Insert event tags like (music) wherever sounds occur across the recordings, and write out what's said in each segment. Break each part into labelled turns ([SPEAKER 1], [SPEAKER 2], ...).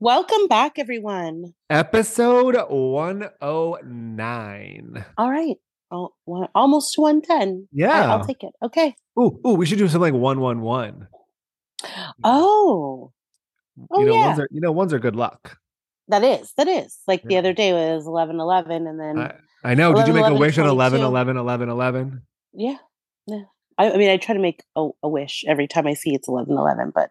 [SPEAKER 1] Welcome back, everyone.
[SPEAKER 2] Episode 109.
[SPEAKER 1] All right. Oh, one, almost to 110. I-
[SPEAKER 2] Yeah.
[SPEAKER 1] I'll take it. Okay.
[SPEAKER 2] ooh, ooh, we should do something like 111.
[SPEAKER 1] Oh, oh,
[SPEAKER 2] you know,
[SPEAKER 1] yeah.
[SPEAKER 2] ones are you know, ones are good luck.
[SPEAKER 1] that is. That is. Like the
[SPEAKER 2] Yeah.
[SPEAKER 1] other day was 11 11. And then,
[SPEAKER 2] I know. Did you
[SPEAKER 1] 11,
[SPEAKER 2] make a
[SPEAKER 1] 11,
[SPEAKER 2] wish on 11
[SPEAKER 1] 22?
[SPEAKER 2] 11 11 11?
[SPEAKER 1] yeah. yeah. I, I mean, I try to make a, a wish every time I see it's 11 11, but it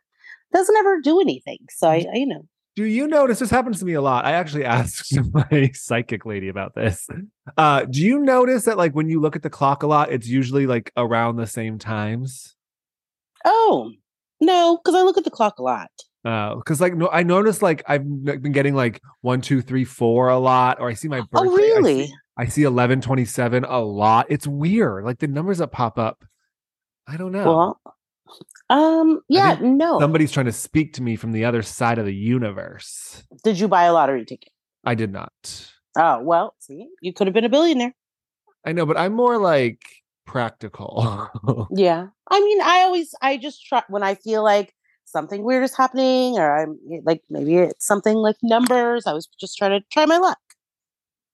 [SPEAKER 1] doesn't ever do anything. So I, I you know,
[SPEAKER 2] Do you notice this happens to me a lot? I actually (laughs) asked my psychic lady about this. Uh, do you notice that like when you look at the clock a lot, it's usually like around the same times?
[SPEAKER 1] oh, no, because I look at the clock a lot.
[SPEAKER 2] because Uh, like no, I noticed like I've n- been getting like one, two, three, four a lot, or I see my birthday.
[SPEAKER 1] oh,
[SPEAKER 2] I see-
[SPEAKER 1] really?
[SPEAKER 2] I see eleven twenty seven a lot. It's weird. Like the numbers that pop up. I don't know.
[SPEAKER 1] Well, um, yeah, no.
[SPEAKER 2] Somebody's trying to speak to me from the other side of the universe.
[SPEAKER 1] Did you buy a lottery ticket?
[SPEAKER 2] I did not.
[SPEAKER 1] Oh, well, see, you could have been a billionaire.
[SPEAKER 2] I know, but I'm more like practical. (laughs)
[SPEAKER 1] Yeah. I mean, I always, I just try when I feel like something weird is happening or I'm eh, like, maybe it's something like numbers. I was just trying to try my luck.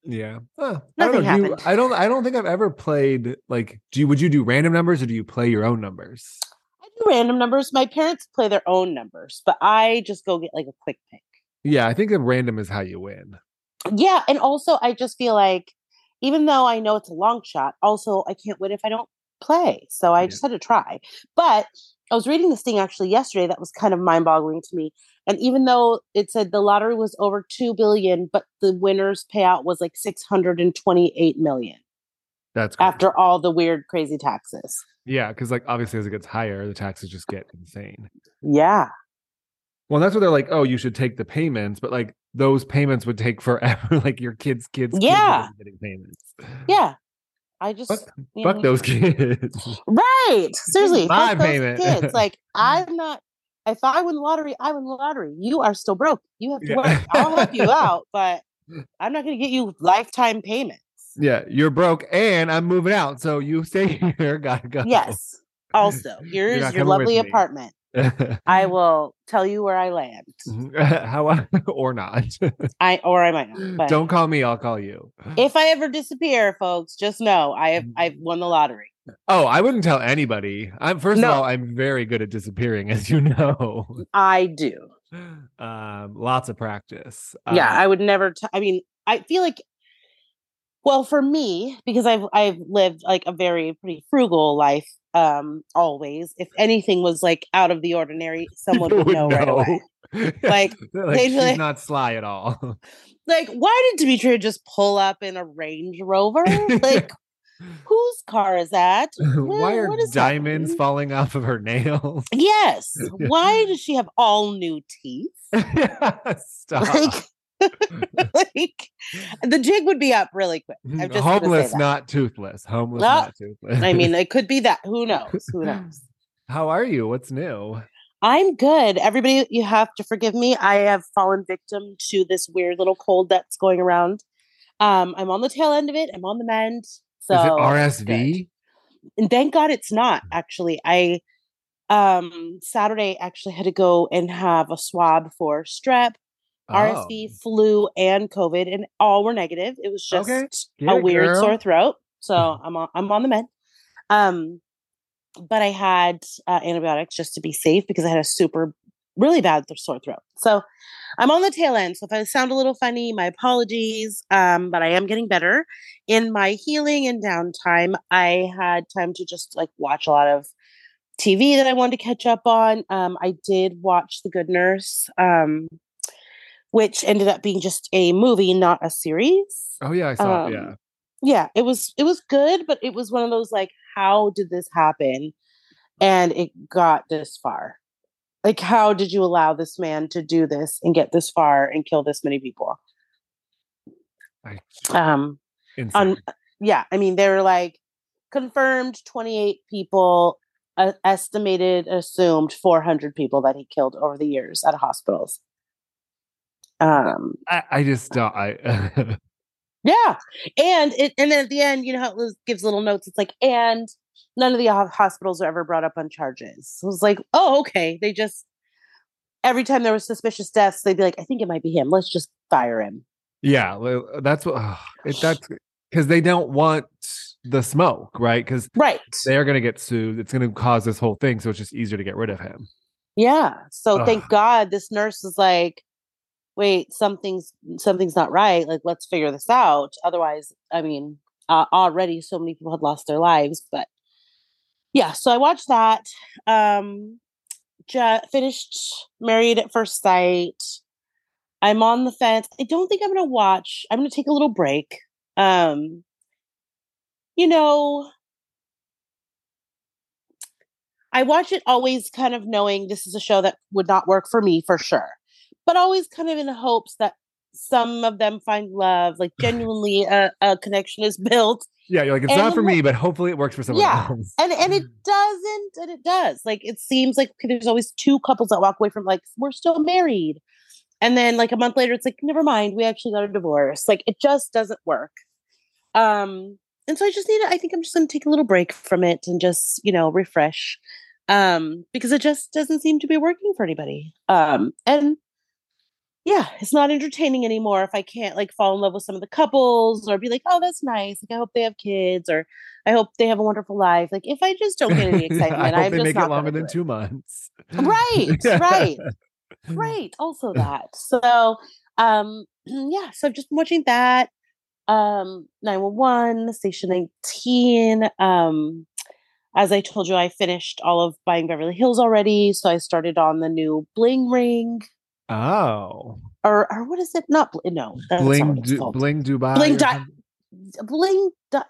[SPEAKER 2] yeah. Huh. I don't
[SPEAKER 1] Nothing
[SPEAKER 2] know. Do you-
[SPEAKER 1] happened.
[SPEAKER 2] I don't I don't think I've ever played like do you would you do random numbers or do you play your own numbers?
[SPEAKER 1] I do random numbers. My parents play their own numbers, but I just go get like a quick pick.
[SPEAKER 2] Yeah, I think that random is how you win.
[SPEAKER 1] Yeah. And also, I just feel like, even though I know it's a long shot, also, I can't win if I don't play. So I
[SPEAKER 2] Yeah.
[SPEAKER 1] just had to try. But I was reading this thing actually yesterday that was kind of mind boggling to me. And even though it said the lottery was over 2 billion, but the winner's payout was like 628 million
[SPEAKER 2] That's crazy.
[SPEAKER 1] after all the weird, crazy taxes.
[SPEAKER 2] Yeah, because like obviously as it gets higher, the taxes just get insane.
[SPEAKER 1] Yeah.
[SPEAKER 2] Well, that's what they're like. Oh, you should take the payments, but like those payments would take forever. (laughs) like your kids, kids, kids
[SPEAKER 1] Yeah.
[SPEAKER 2] wouldn't be getting payments.
[SPEAKER 1] Yeah. I just. you know.
[SPEAKER 2] Fuck those (laughs) kids.
[SPEAKER 1] Right. Seriously.
[SPEAKER 2] my
[SPEAKER 1] fuck those
[SPEAKER 2] payment. (laughs)
[SPEAKER 1] Kids. Like I'm not if I win the lottery, I win the lottery. You are still broke. You have to
[SPEAKER 2] Yeah.
[SPEAKER 1] work. I'll
[SPEAKER 2] (laughs)
[SPEAKER 1] help you out, but I'm not gonna get you lifetime
[SPEAKER 2] (laughs)
[SPEAKER 1] payments.
[SPEAKER 2] yeah, you're broke, and I'm moving out, so you stay (laughs) here. Gotta go. (laughs)
[SPEAKER 1] Yes. Also, yours
[SPEAKER 2] not coming
[SPEAKER 1] your
[SPEAKER 2] with
[SPEAKER 1] lovely
[SPEAKER 2] me. Mm-hmm.
[SPEAKER 1] apartment. I will tell you where I land.
[SPEAKER 2] (laughs) How I- or not?
[SPEAKER 1] I or I
[SPEAKER 2] (gasps)
[SPEAKER 1] might not. But
[SPEAKER 2] Don't call me. I'll call you.
[SPEAKER 1] if I ever disappear, folks, just know I have
[SPEAKER 2] Mm-hmm.
[SPEAKER 1] I've won the lottery.
[SPEAKER 2] oh, I wouldn't tell anybody. I'm first
[SPEAKER 1] No.
[SPEAKER 2] of all, I'm very good at disappearing, (laughs) as you know.
[SPEAKER 1] I do.
[SPEAKER 2] um, lots of practice.
[SPEAKER 1] yeah
[SPEAKER 2] Um,
[SPEAKER 1] i would never t- i mean i feel like well for me because i've i've lived like a very pretty frugal life um always if anything was like out of the ordinary someone
[SPEAKER 2] People
[SPEAKER 1] would know, right away
[SPEAKER 2] (laughs) know.
[SPEAKER 1] like
[SPEAKER 2] They're Um, like,
[SPEAKER 1] they'd be
[SPEAKER 2] she's
[SPEAKER 1] like-
[SPEAKER 2] not sly at all. (laughs)
[SPEAKER 1] like why did demetria just pull up in a range rover like whose car is that
[SPEAKER 2] Why
[SPEAKER 1] Wh-
[SPEAKER 2] are
[SPEAKER 1] what is
[SPEAKER 2] diamonds
[SPEAKER 1] happening?
[SPEAKER 2] falling off of her nails? (laughs)
[SPEAKER 1] yes why does she have all new teeth (laughs)
[SPEAKER 2] Stop.
[SPEAKER 1] like (laughs) like the jig would be up really quick I'm just gonna say
[SPEAKER 2] Homeless,
[SPEAKER 1] that.
[SPEAKER 2] not toothless. Homeless,
[SPEAKER 1] Ah,
[SPEAKER 2] not toothless.
[SPEAKER 1] i mean it could be that who knows who knows
[SPEAKER 2] (laughs) how are you? What's new?
[SPEAKER 1] I'm good. Everybody, you have to forgive me. I have fallen victim to this weird little cold that's going around. Um, I'm on the tail end of it. I'm on the mend. So
[SPEAKER 2] Is it RSV?
[SPEAKER 1] and thank God it's not actually. I um Saturday actually had to go and have a swab for strep, RSV,
[SPEAKER 2] Oh.
[SPEAKER 1] flu, and COVID, and all were negative. It was just
[SPEAKER 2] Okay. Get
[SPEAKER 1] a
[SPEAKER 2] it,
[SPEAKER 1] weird
[SPEAKER 2] girl.
[SPEAKER 1] sore throat. So I'm on, I'm on the mend. Um, but I had uh, antibiotics just to be safe because I had a super, really bad th- sore throat. So I'm on the tail end. So if I sound a little funny, my apologies. Um, but I am getting better. In my healing and downtime, I had time to just like watch a lot of TV that I wanted to catch up on. Um, I did watch The Good Nurse, um, which ended up being just a movie, not a series
[SPEAKER 2] Oh yeah, I saw.
[SPEAKER 1] Um,
[SPEAKER 2] it. yeah,
[SPEAKER 1] yeah it was it was good but it was one of those like how did this happen and it got this far like how did you allow this man to do this and get this far and kill this many people
[SPEAKER 2] I,
[SPEAKER 1] um
[SPEAKER 2] Insane.
[SPEAKER 1] on yeah i mean they were like confirmed 28 people uh, estimated assumed 400 people that he killed over the years at hospitals um
[SPEAKER 2] I, I just don't. I (laughs)
[SPEAKER 1] yeah and it and then at the end you know how it was, gives little notes it's like and none of the ho- hospitals were ever brought up on charges so it was like oh okay they just every time there was suspicious deaths they'd be like i think it might be him let's just fire him
[SPEAKER 2] yeah, well, uh, that's what ugh, it, that's because they don't want the smoke, right? Because
[SPEAKER 1] right
[SPEAKER 2] they're gonna get sued. It's gonna cause this whole thing, so it's just easier to get rid of him.
[SPEAKER 1] Yeah. So
[SPEAKER 2] Ugh.
[SPEAKER 1] thank God this nurse is like, wait, something's something's not right. Like, let's figure this out. Otherwise, I mean, uh, already so many people had lost their lives. But yeah, so I watched that. Um, ju- finished Married at First Sight. I'm on the fence. I don't think I'm gonna watch. I'm gonna take a little break. Um, you know, I watch it always kind of knowing this is a show that would not work for me for sure, but always kind of in hopes that some of them find love, like genuinely a, a connection is (laughs) built.
[SPEAKER 2] Yeah, you're like it's
[SPEAKER 1] And
[SPEAKER 2] not for
[SPEAKER 1] look-
[SPEAKER 2] me, but hopefully it works for someone
[SPEAKER 1] Yeah.
[SPEAKER 2] else.
[SPEAKER 1] And and it doesn't, and it does. Like it seems like there's always two couples that walk away from like we're still married. And then like a month later, it's like, never mind, we actually got a divorce. Like it just doesn't work. Um, and so I just need to, I think I'm just gonna take a little break from it and just, you know, refresh. Um, because it just doesn't seem to be working for anybody. Um, and yeah, it's not entertaining anymore if I can't like fall in love with some of the couples or be like, oh, that's nice. Like I hope they have kids or I hope they have a wonderful life. Like if I just don't get any
[SPEAKER 2] (laughs) Yeah,
[SPEAKER 1] excitement,
[SPEAKER 2] I hope
[SPEAKER 1] I'm
[SPEAKER 2] they
[SPEAKER 1] just
[SPEAKER 2] make
[SPEAKER 1] not
[SPEAKER 2] it longer
[SPEAKER 1] gonna do
[SPEAKER 2] than two months.
[SPEAKER 1] Right,
[SPEAKER 2] (laughs) Yeah.
[SPEAKER 1] right.
[SPEAKER 2] Mm.
[SPEAKER 1] Right. Also that. So um (clears throat) yeah, so I've just been watching that. Um 911, Station 19. Um as I told you, I finished all of buying Beverly Hills already. So I started on the new Bling Ring.
[SPEAKER 2] (laughs) Oh,
[SPEAKER 1] Or or what is it? Not Bl- no, that's not
[SPEAKER 2] bling,
[SPEAKER 1] what it's
[SPEAKER 2] du-
[SPEAKER 1] called.
[SPEAKER 2] bling, Dubai,
[SPEAKER 1] Bling
[SPEAKER 2] or
[SPEAKER 1] Di-
[SPEAKER 2] something?
[SPEAKER 1] Bling Di-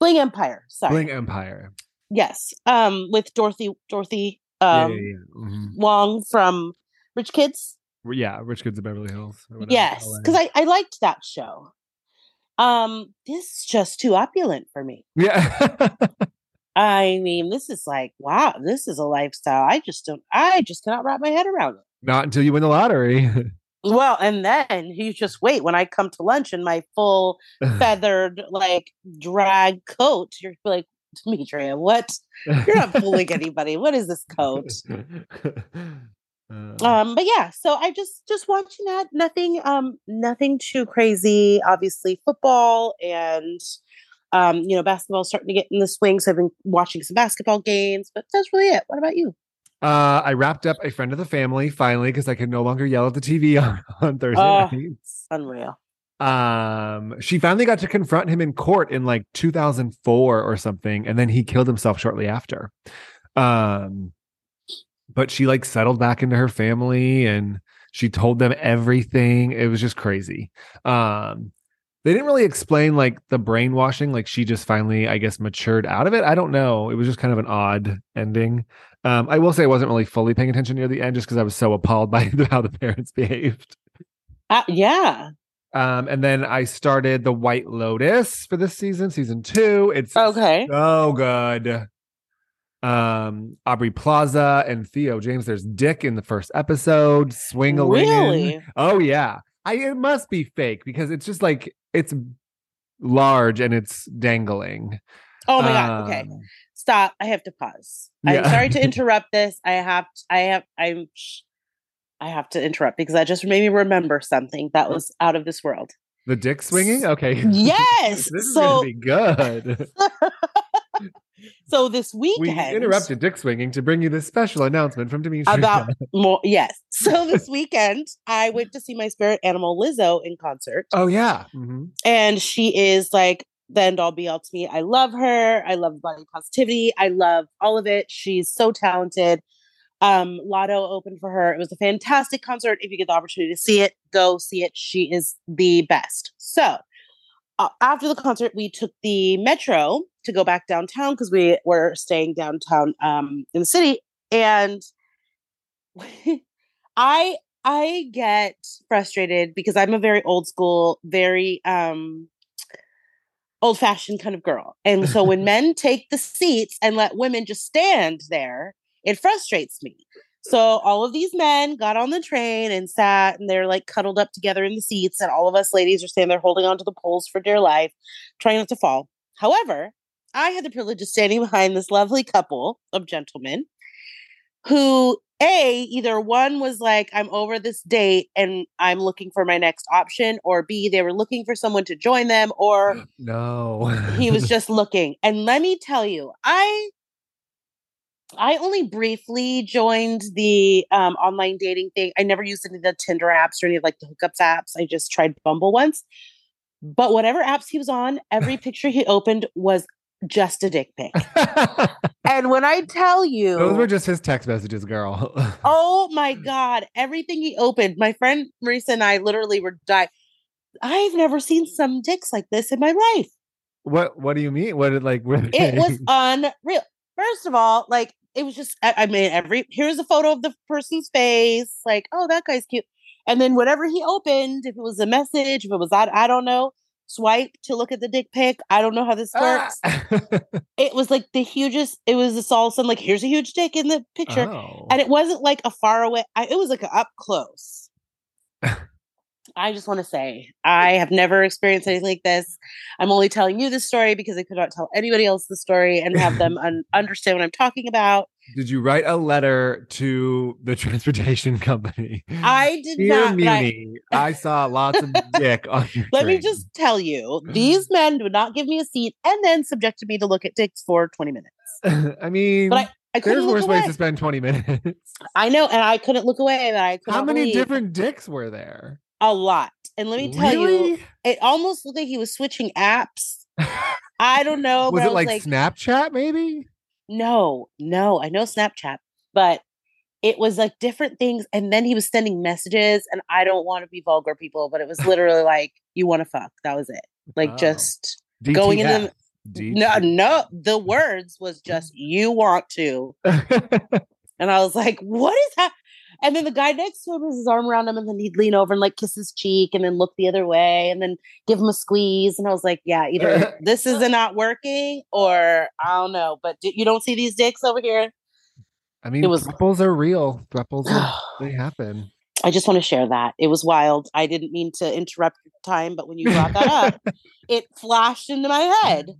[SPEAKER 1] Bling Empire. Sorry.
[SPEAKER 2] bling E Empire.
[SPEAKER 1] Yes. Um with Dorothy Dorothy
[SPEAKER 2] Yeah,
[SPEAKER 1] um
[SPEAKER 2] yeah, yeah. Mhm.
[SPEAKER 1] Wong from Rich Kids.
[SPEAKER 2] yeah, Rich Kids of Beverly Hills. or whatever,
[SPEAKER 1] Yes,
[SPEAKER 2] LA.
[SPEAKER 1] because I, I liked that show. Um, this is just too opulent for me.
[SPEAKER 2] yeah, (laughs)
[SPEAKER 1] I mean, this is like, wow, this is a lifestyle. I just don't, I just cannot wrap my head around it.
[SPEAKER 2] not until you win the lottery.
[SPEAKER 1] Well, and then you just wait when I come to lunch in my full feathered, like drag coat. You're like, Demetria, what?
[SPEAKER 2] (laughs)
[SPEAKER 1] You're not fooling anybody. What is this coat?
[SPEAKER 2] Uh,
[SPEAKER 1] um but yeah so i just just watching that nothing um nothing too crazy obviously football and um you know basketball starting to get in the swing so i've been watching some basketball games but that's really it what about you
[SPEAKER 2] uh, I wrapped up a friend of the family finally because I could no longer yell at the TV on, (laughs) on Thursday
[SPEAKER 1] Oh.
[SPEAKER 2] nights.
[SPEAKER 1] unreal
[SPEAKER 2] Um, she finally got to confront him in court in like 2004 or something, and then he killed himself shortly after. Um, but she like settled back into her family and she told them everything. It was just crazy. Um, they didn't really explain like the brainwashing. Like she just finally, I guess, matured out of it. I don't know. It was just kind of an odd ending. Um, I will say I wasn't really fully paying attention near the end just because I was so appalled by (laughs) how the parents behaved.
[SPEAKER 1] uh, yeah
[SPEAKER 2] Um, and then I started the White Lotus for this season, season two. It's
[SPEAKER 1] okay
[SPEAKER 2] so good. Um, Aubrey Plaza and Theo James. There's Dick in the first episode. Swing a
[SPEAKER 1] really
[SPEAKER 2] Oh yeah. I it must be fake because it's just like it's large and it's dangling.
[SPEAKER 1] oh my god okay
[SPEAKER 2] Um,
[SPEAKER 1] stop i have to pause i'm
[SPEAKER 2] Yeah. (laughs)
[SPEAKER 1] sorry to interrupt this i have t- i have i'm i have to interrupt because that just made me remember something that was out of this
[SPEAKER 2] (laughs)
[SPEAKER 1] world
[SPEAKER 2] The dick swinging. Okay. (laughs)
[SPEAKER 1] yes
[SPEAKER 2] this is
[SPEAKER 1] so
[SPEAKER 2] gonna be
[SPEAKER 1] (laughs)
[SPEAKER 2] good.
[SPEAKER 1] So this
[SPEAKER 2] we
[SPEAKER 1] weekend,
[SPEAKER 2] interrupted dick swinging to bring you this special announcement from (laughs) Dimitri.
[SPEAKER 1] about more. Yes. So this weekend, I went to see my spirit animal Lizzo in concert,
[SPEAKER 2] oh yeah. Mhm.
[SPEAKER 1] and she is like the end all be all to me. I love her. I love body positivity. I love all of it. She's so talented. Um, Lotto opened for her. It was a fantastic concert. If you get the opportunity to see it, go see it. She is the best. So uh, after the concert, we took the metro to go back downtown because we were staying downtown um, in the city, and (laughs) I I get frustrated because I'm a very old school, very um old fashioned kind of girl. And so when men take the seats and let women just stand there, it frustrates me. So all of these men got on the train and sat and they're like cuddled up together in the seats. And all of us ladies are standing there holding onto the poles for dear life, trying not to fall. However, I had the privilege of standing behind this lovely couple of gentlemen who a either one was like i'm over this date and i'm looking for my next option or b they were looking for someone to join them or
[SPEAKER 2] No.
[SPEAKER 1] he was just looking and let me tell you i i only briefly joined the um, online dating thing i never used any of the tinder apps or any of like the hookups apps i just tried bumble once but whatever apps he was on
[SPEAKER 2] (laughs)
[SPEAKER 1] every picture he opened was just a dick pic and when i tell you
[SPEAKER 2] (laughs) Those were just his text messages, girl.
[SPEAKER 1] Oh my God. Everything he opened. My friend Marisa and I literally were dying. I've never seen some dicks like this in my life.
[SPEAKER 2] (laughs) what What do you mean? What did like? were
[SPEAKER 1] It
[SPEAKER 2] (laughs)
[SPEAKER 1] was
[SPEAKER 2] they-
[SPEAKER 1] unreal. First of all, like, it was just, I, I mean, every, here's a photo of the person's face. Like, oh, that guy's cute. And then whatever he opened, if it was a message, if it was, I, I don't know, swipe to look at the dick pic. I don't know how this
[SPEAKER 2] Ah! (laughs)
[SPEAKER 1] works. It was like the hugest, it was this all of a sudden, like, here's a huge dick in the picture.
[SPEAKER 2] Oh.
[SPEAKER 1] and it wasn't like a far away I, it was like a up
[SPEAKER 2] (laughs)
[SPEAKER 1] close i just want to say i have never experienced anything like this i'm only telling you this story because i could not tell anybody else the story and have them un- understand what i'm talking
[SPEAKER 2] (laughs)
[SPEAKER 1] about
[SPEAKER 2] Did you write a letter to the (laughs) transportation company?
[SPEAKER 1] i did
[SPEAKER 2] Dear
[SPEAKER 1] not but I-
[SPEAKER 2] Muni, I saw lots
[SPEAKER 1] (laughs)
[SPEAKER 2] of dick on your.
[SPEAKER 1] let me
[SPEAKER 2] train.
[SPEAKER 1] just tell you
[SPEAKER 2] Mm-hmm.
[SPEAKER 1] these men would not give me a seat and then subjected me to look at dicks for 20 minutes
[SPEAKER 2] (laughs) I mean,
[SPEAKER 1] But i couldn't
[SPEAKER 2] there's
[SPEAKER 1] look
[SPEAKER 2] worse
[SPEAKER 1] away
[SPEAKER 2] ways to spend 20 minutes.
[SPEAKER 1] i know and i couldn't look away but i could
[SPEAKER 2] How
[SPEAKER 1] not
[SPEAKER 2] many
[SPEAKER 1] believe
[SPEAKER 2] different dicks were there?
[SPEAKER 1] a lot and let me tell you
[SPEAKER 2] really?
[SPEAKER 1] it almost looked like he was switching apps
[SPEAKER 2] (laughs)
[SPEAKER 1] i don't know
[SPEAKER 2] was
[SPEAKER 1] oh, but I
[SPEAKER 2] it like,
[SPEAKER 1] like
[SPEAKER 2] Snapchat? Maybe.
[SPEAKER 1] No, no, I know Snapchat, but it was like different things. And then he was sending messages, and I don't want to be vulgar, people, but it was literally like, you want to fuck. That was it. Like,
[SPEAKER 2] Oh.
[SPEAKER 1] just Going in the- no, no, the words was just, you want to. And I was like, what is that? And then the guy next to him has his arm around him, and then he'd lean over and like kiss his cheek and then look the other way and then give him a squeeze. And I was like, yeah, either this is not working or I don't know, but d- you don't see these dicks over here. (sighs)
[SPEAKER 2] I mean,
[SPEAKER 1] It was-
[SPEAKER 2] thruples are real. Thruples, are, they happen.
[SPEAKER 1] I just want to share that. It was wild. I didn't mean to interrupt your time, but when you brought that up, it flashed into my head.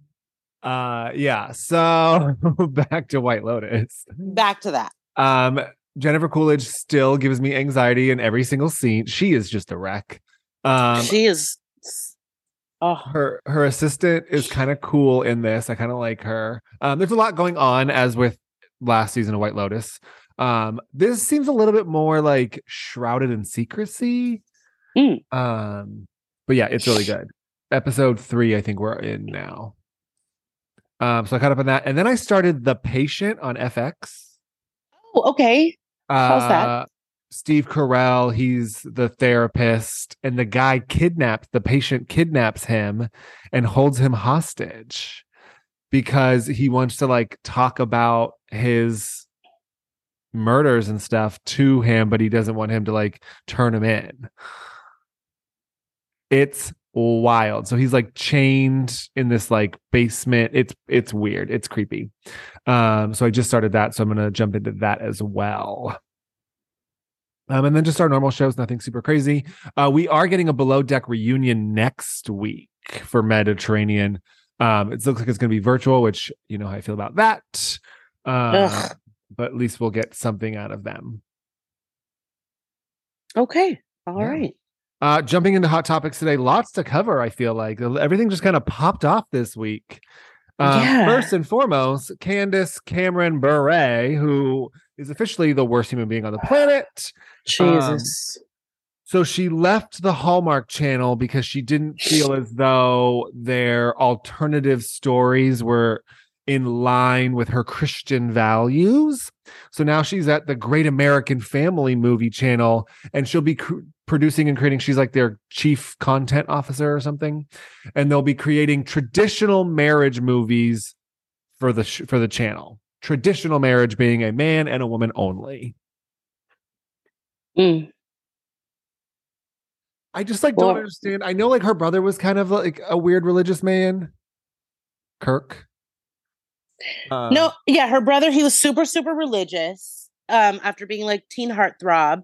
[SPEAKER 2] Uh, yeah. So (laughs) back to White Lotus.
[SPEAKER 1] Back to that.
[SPEAKER 2] Um, Jennifer Coolidge still gives me anxiety in every single scene. She is just a wreck. Um,
[SPEAKER 1] she is oh
[SPEAKER 2] her her assistant is kind of cool in this. I kind of like her. Um, there's a lot going on as with last season of White Lotus. Um, this seems a little bit more like shrouded in secrecy.
[SPEAKER 1] Mm.
[SPEAKER 2] Um, but yeah, it's really good. Episode three, I think we're in now. Um, so I caught up on that, and then I started The Patient on FX.
[SPEAKER 1] oh, okay. How's that?
[SPEAKER 2] Uh, Steve Carell, he's the therapist, and the guy kidnaps the patient, kidnaps him, and holds him hostage because he wants to like talk about his murders and stuff to him, but he doesn't want him to like turn him in. It's wild. So he's like chained in this like basement. It's it's weird. It's creepy. Um, so I just started that, so I'm gonna jump into that as well. Um, and then just our normal shows, nothing super crazy. Uh, we are getting a below deck reunion next week for Mediterranean. Um, it looks like it's gonna be virtual, which you know how I feel about that. Uh,
[SPEAKER 1] Ugh.
[SPEAKER 2] but at least we'll get something out of them.
[SPEAKER 1] Okay. all
[SPEAKER 2] Yeah.
[SPEAKER 1] right.
[SPEAKER 2] Uh, jumping into hot topics today, lots to cover. I feel like everything just kind of popped off this week. Um,
[SPEAKER 1] Yeah.
[SPEAKER 2] First and foremost, Candace Cameron Bure, who is officially the worst human being on the planet. Um,
[SPEAKER 1] Jesus.
[SPEAKER 2] So she left the Hallmark channel because she didn't feel as though their alternative stories were in line with her Christian values. So now she's at the Great American Family Movie channel and she'll be cr- producing and creating, she's like their chief content officer or something. And they'll be creating traditional marriage movies for the sh- for the channel. Traditional marriage being a man and a woman only.
[SPEAKER 1] Mm.
[SPEAKER 2] I just like don't
[SPEAKER 1] Well-
[SPEAKER 2] understand. I know like her brother was kind of like a weird religious man, Kirk? Uh,
[SPEAKER 1] no, yeah, her brother, he was super, super religious um, after being like teen heartthrob.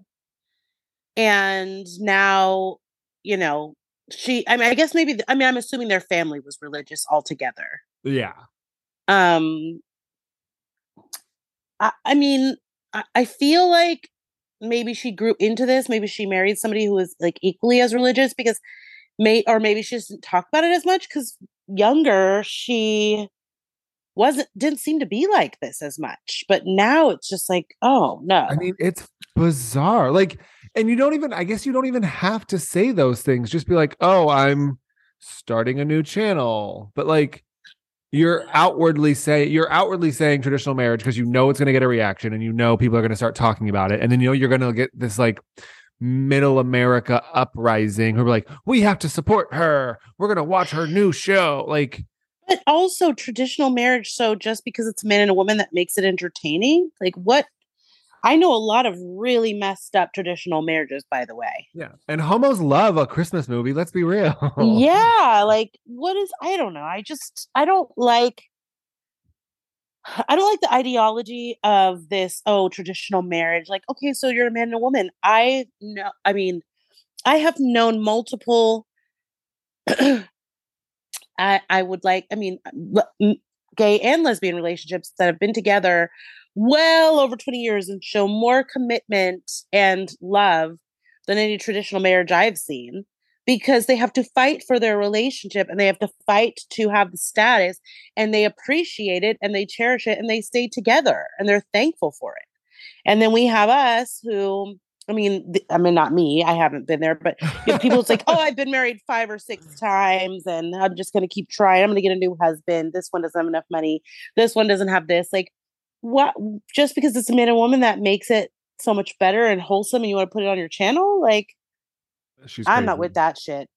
[SPEAKER 1] And now, you know, she, I mean, I guess maybe, I mean, I'm assuming their family was religious altogether.
[SPEAKER 2] Yeah.
[SPEAKER 1] Um, I, I mean, I, I feel like maybe she grew into this. Maybe she married somebody who was like equally as religious because may, or maybe she doesn't talk about it as much because younger, she wasn't didn't seem to be like this as much but now it's just like oh no
[SPEAKER 2] I mean, it's bizarre. Like, and you don't even, I guess you don't even have to say those things. Just be like, oh, I'm starting a new channel. But like, you're outwardly say you're outwardly saying traditional marriage because you know it's going to get a reaction and you know people are going to start talking about it and then you know you're going to get this like middle america uprising who are like we have to support her we're going to watch her new show like
[SPEAKER 1] but also traditional marriage so just because it's a man and a woman that makes it entertaining like what i know a lot of really messed up traditional marriages by the way
[SPEAKER 2] yeah and homos love a christmas movie let's be real (laughs)
[SPEAKER 1] yeah like what is i don't know i just i don't like (sighs) i don't like the ideology of this oh traditional marriage like okay so you're a man and a woman i know i mean i have known multiple (clears throat) I, I would like, I mean, le- m- gay and lesbian relationships that have been together well over 20 years and show more commitment and love than any traditional marriage I've seen because they have to fight for their relationship and they have to fight to have the status and they appreciate it and they cherish it and they stay together and they're thankful for it. And then we have us who I mean, th- I mean, not me. I haven't been there, but you know, people it's like, oh, I've been married five or six times, and I'm just going to keep trying. I'm going to get a new husband. This one doesn't have enough money. This one doesn't have this. Like, what? Just because it's a man and woman, that makes it so much better and wholesome, and you want to put it on your channel? Like,
[SPEAKER 2] She's
[SPEAKER 1] I'm
[SPEAKER 2] crazy.
[SPEAKER 1] not with that shit.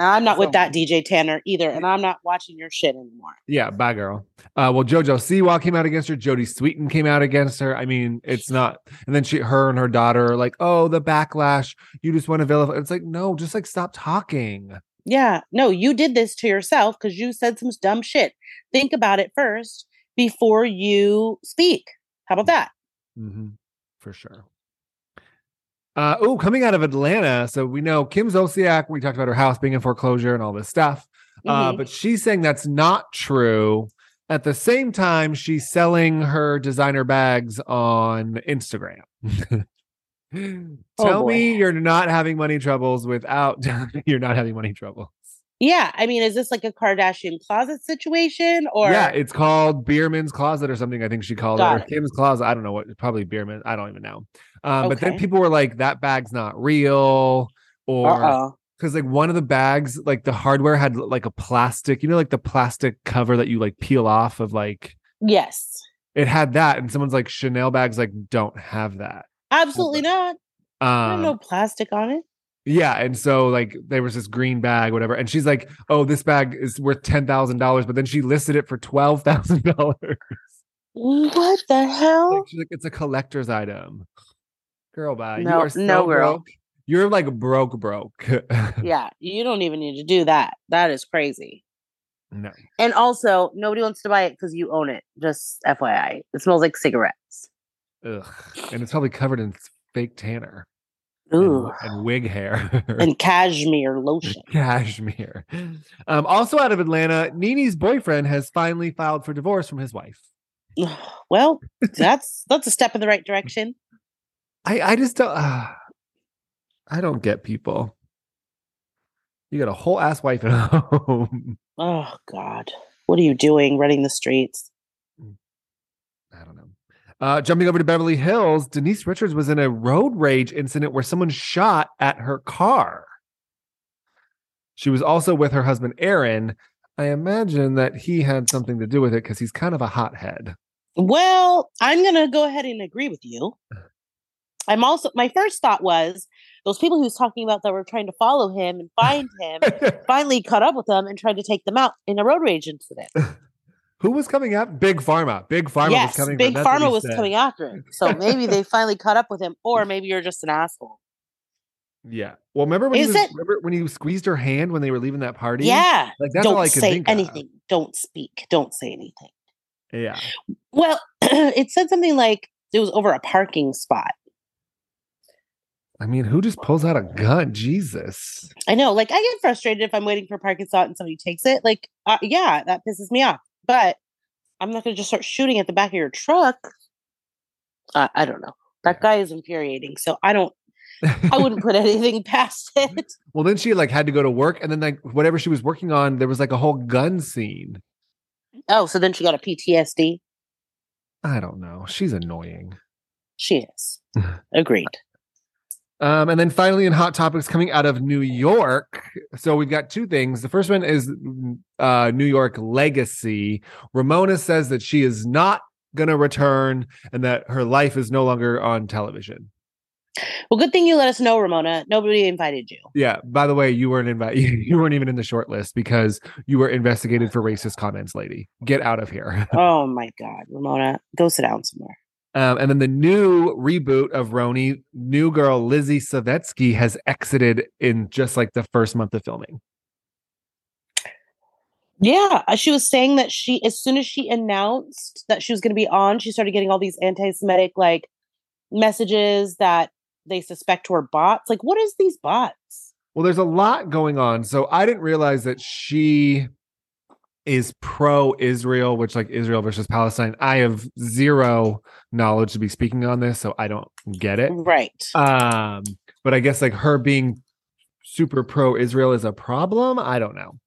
[SPEAKER 1] I'm not
[SPEAKER 2] So-
[SPEAKER 1] with that DJ Tanner either, and I'm not watching your shit anymore.
[SPEAKER 2] Yeah, bye girl. Uh, well, JoJo Siwa came out against her. Jodie Sweetin came out against her. I mean, it's not. And then she, her, and her daughter are like, "Oh, the backlash. You just want to vilify." It's like, no, just like stop talking.
[SPEAKER 1] Yeah, no, you did this to yourself because you said some dumb shit. Think about it first before you speak. How about that?
[SPEAKER 2] Mm-hmm. For sure. Uh, oh, coming out of Atlanta, so we know Kim Zolciak. We talked about her house being in foreclosure and all this stuff. Uh,
[SPEAKER 1] Mhm.
[SPEAKER 2] but she's saying that's not true. At the same time, she's selling her designer bags on Instagram. (laughs) Tell
[SPEAKER 1] Oh, boy.
[SPEAKER 2] me you're not having money troubles without (laughs) you're not having money trouble.
[SPEAKER 1] Yeah, I mean, is this like a Kardashian closet situation or
[SPEAKER 2] yeah, it's called Bierman's Closet or something. I think she called
[SPEAKER 1] Got
[SPEAKER 2] it, or
[SPEAKER 1] it.
[SPEAKER 2] Kim's Closet. I don't know what. Probably Bierman. I don't even know. Um, But then
[SPEAKER 1] Okay.
[SPEAKER 2] people were like, "That bag's not real," or
[SPEAKER 1] Uh-oh.
[SPEAKER 2] because like one of the bags, like the hardware had like a plastic, you know, like the plastic cover that you like peel off of like
[SPEAKER 1] Yes.
[SPEAKER 2] it had that, and someone's like Chanel bags like don't have that.
[SPEAKER 1] Absolutely not. I
[SPEAKER 2] Um,
[SPEAKER 1] don't know plastic on it.
[SPEAKER 2] Yeah, and so like there was this green bag, whatever, and she's like, "Oh, this bag is worth ten thousand dollars," but then she listed it for twelve thousand dollars. (laughs)
[SPEAKER 1] Mm, What the
[SPEAKER 2] Like,
[SPEAKER 1] hell?
[SPEAKER 2] she's like, it's a collector's item. Girl, bye. you
[SPEAKER 1] No-
[SPEAKER 2] are so
[SPEAKER 1] no, girl.
[SPEAKER 2] broke. You're like broke, broke.
[SPEAKER 1] Yeah, you don't even need to do that. That is crazy.
[SPEAKER 2] (laughs) no.
[SPEAKER 1] And also, nobody wants to buy it because you own it. Just FYI, it smells like cigarettes.
[SPEAKER 2] Ugh. And it's probably covered in fake tanner and-
[SPEAKER 1] Ooh,
[SPEAKER 2] And, wig hair.
[SPEAKER 1] and cashmere lotion.
[SPEAKER 2] (laughs) Cashmere. Um, also out of Atlanta, Nini's boyfriend has finally filed for divorce from his wife.
[SPEAKER 1] well, that's that's a step in the right direction.
[SPEAKER 2] I, I just don't uh, I don't get people. You got a whole ass wife at (laughs) home.
[SPEAKER 1] Oh God, what are you doing running the streets?
[SPEAKER 2] I don't know. Uh, jumping over to Beverly Hills, Denise Richards was in a road rage incident where someone shot at her car. She was also with her husband, Aaron. I imagine that he had something to do with it because he's kind of a hothead. (laughs)
[SPEAKER 1] Well, I'm going to go ahead and agree with you. I'm also, my first thought was those people he was talking about that were trying to follow him and find him
[SPEAKER 2] (laughs)
[SPEAKER 1] finally caught up with them and tried to take them out in a road rage incident.
[SPEAKER 2] Who was coming up? Big Pharma. Big Pharma was
[SPEAKER 1] yes,
[SPEAKER 2] coming.
[SPEAKER 1] Big
[SPEAKER 2] (laughs)
[SPEAKER 1] Pharma was coming after him. So maybe they finally caught up with him, or maybe you're just an asshole.
[SPEAKER 2] Yeah. Well, remember when he
[SPEAKER 1] Is
[SPEAKER 2] was,
[SPEAKER 1] it-
[SPEAKER 2] remember when he squeezed her hand when they were leaving that party?
[SPEAKER 1] Yeah.
[SPEAKER 2] Like that's all
[SPEAKER 1] don't
[SPEAKER 2] I could
[SPEAKER 1] say
[SPEAKER 2] think of.
[SPEAKER 1] anything. Don't speak. Don't say anything.
[SPEAKER 2] Yeah.
[SPEAKER 1] Well, (clears throat) it said something like it was over a parking spot.
[SPEAKER 2] I mean, who just pulls out a gun? Jesus.
[SPEAKER 1] I know. Like I get frustrated if I'm waiting for a parking spot and somebody takes it. Like, uh, yeah, that pisses me off. But I'm not going to just start shooting at the back of your truck. I I don't know. That guy is infuriating. So I don't. I wouldn't put anything
[SPEAKER 2] (laughs)
[SPEAKER 1] past it.
[SPEAKER 2] Well, then she like had to go to work, and then like whatever she was working on, there was like a whole gun scene.
[SPEAKER 1] Oh, so then she got a PTSD.
[SPEAKER 2] I don't know. She's annoying.
[SPEAKER 1] She is agreed.
[SPEAKER 2] Um, and then finally, in hot topics coming out of New York, so we've got two things. The first one is uh, New York legacy. Ramona says that she is not going to return, and that her life is no longer on television.
[SPEAKER 1] Well, good thing you let us know, Ramona. Nobody invited you.
[SPEAKER 2] Yeah. By the way, you weren't invited. (laughs) You weren't even in the short list because you were investigated for racist comments, lady. Get out of here. (laughs)
[SPEAKER 1] Oh my God, Ramona, go sit down somewhere.
[SPEAKER 2] Um, and then the new reboot of Roni, new girl Lizzie Savetsky has exited in just like the first month of filming.
[SPEAKER 1] Yeah, uh, she was saying that she, as soon as she announced that she was going to be on, she started getting all these anti-Semitic like messages that they suspect were bots. Like, what is these bots?
[SPEAKER 2] Well, there's a lot going on. So I didn't realize that she is pro Israel, which like Israel versus Palestine. I have zero knowledge to be speaking on this, so I don't get it.
[SPEAKER 1] Right.
[SPEAKER 2] Um, but I guess like her being super pro Israel is a problem. I don't know.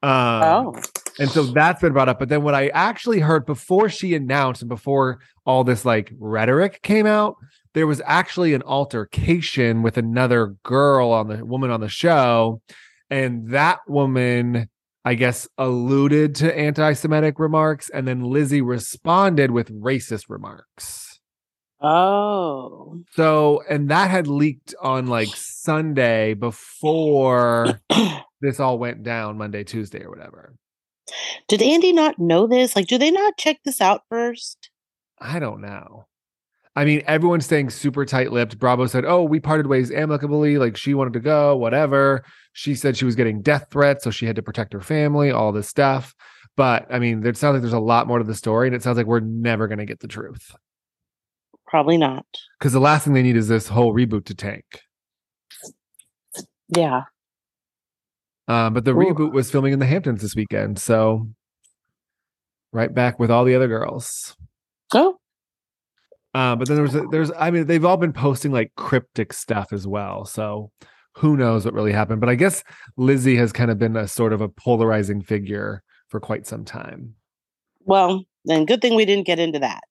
[SPEAKER 2] Um,
[SPEAKER 1] oh,
[SPEAKER 2] And so that's been brought up. But then what I actually heard before she announced and before all this like rhetoric came out, there was actually an altercation with another girl on the woman on the show. And that woman, I guess, alluded to anti Semitic remarks. And then Lizzie responded with racist remarks.
[SPEAKER 1] oh,
[SPEAKER 2] So, and that had leaked on like Sunday before
[SPEAKER 1] Oh.
[SPEAKER 2] this all went down, Monday, Tuesday, or whatever.
[SPEAKER 1] (clears throat) did Andy not know this? Like, do they not check this out first?
[SPEAKER 2] I don't know. I mean, everyone's staying super tight lipped. Bravo said, Oh, we parted ways amicably. Like she wanted to go, whatever. She said she was getting death threats, so she had to protect her family, all this stuff. But I mean, it sounds like there's a lot more to the story, and it sounds like we're never going to get the truth
[SPEAKER 1] Probably not.
[SPEAKER 2] because the last thing they need is this whole reboot to tank.
[SPEAKER 1] Yeah.
[SPEAKER 2] Um, but the
[SPEAKER 1] Ooh.
[SPEAKER 2] reboot was filming in the Hamptons this weekend. So right back with all the other girls.
[SPEAKER 1] Oh,
[SPEAKER 2] Uh, but then there was a, there's I mean they've all been posting like cryptic stuff as well. So who knows what really happened? But I guess Lizzie has kind of been a sort of a polarizing figure for quite some time,
[SPEAKER 1] well, then good thing we didn't get into that.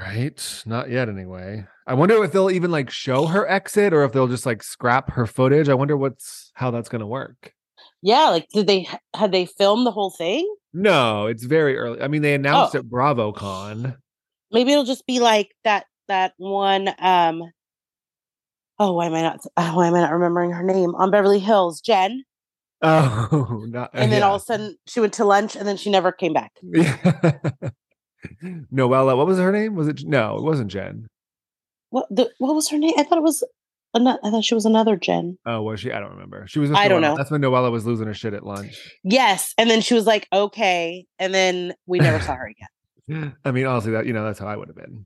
[SPEAKER 2] right? Not yet, anyway. I wonder if they'll even like show her exit or if they'll just like scrap her footage. I wonder what's how that's going to work.
[SPEAKER 1] Yeah, like did they had they filmed the whole thing?
[SPEAKER 2] No, it's very early. I mean, they announced
[SPEAKER 1] Oh.
[SPEAKER 2] at BravoCon.
[SPEAKER 1] Maybe it'll just be like that that one um Oh, why am I not oh, why am I not remembering her name? On Beverly Hills, Jen.
[SPEAKER 2] Oh, (laughs) not
[SPEAKER 1] And then
[SPEAKER 2] yeah.
[SPEAKER 1] all of a sudden she went to lunch and then she never came back.
[SPEAKER 2] Noella, what was her name? Was it no? It wasn't Jen.
[SPEAKER 1] What the, what was her name? I thought it was ano- I thought she was another Jen.
[SPEAKER 2] Oh, was she? I don't remember. She was. Just
[SPEAKER 1] I don't
[SPEAKER 2] Noella.
[SPEAKER 1] know.
[SPEAKER 2] That's when Noella was losing her shit at lunch. (gasps)
[SPEAKER 1] Yes. And then she was like, okay. And then we never
[SPEAKER 2] (clears throat)
[SPEAKER 1] saw her again.
[SPEAKER 2] I mean, honestly, that you know, that's how I would have been.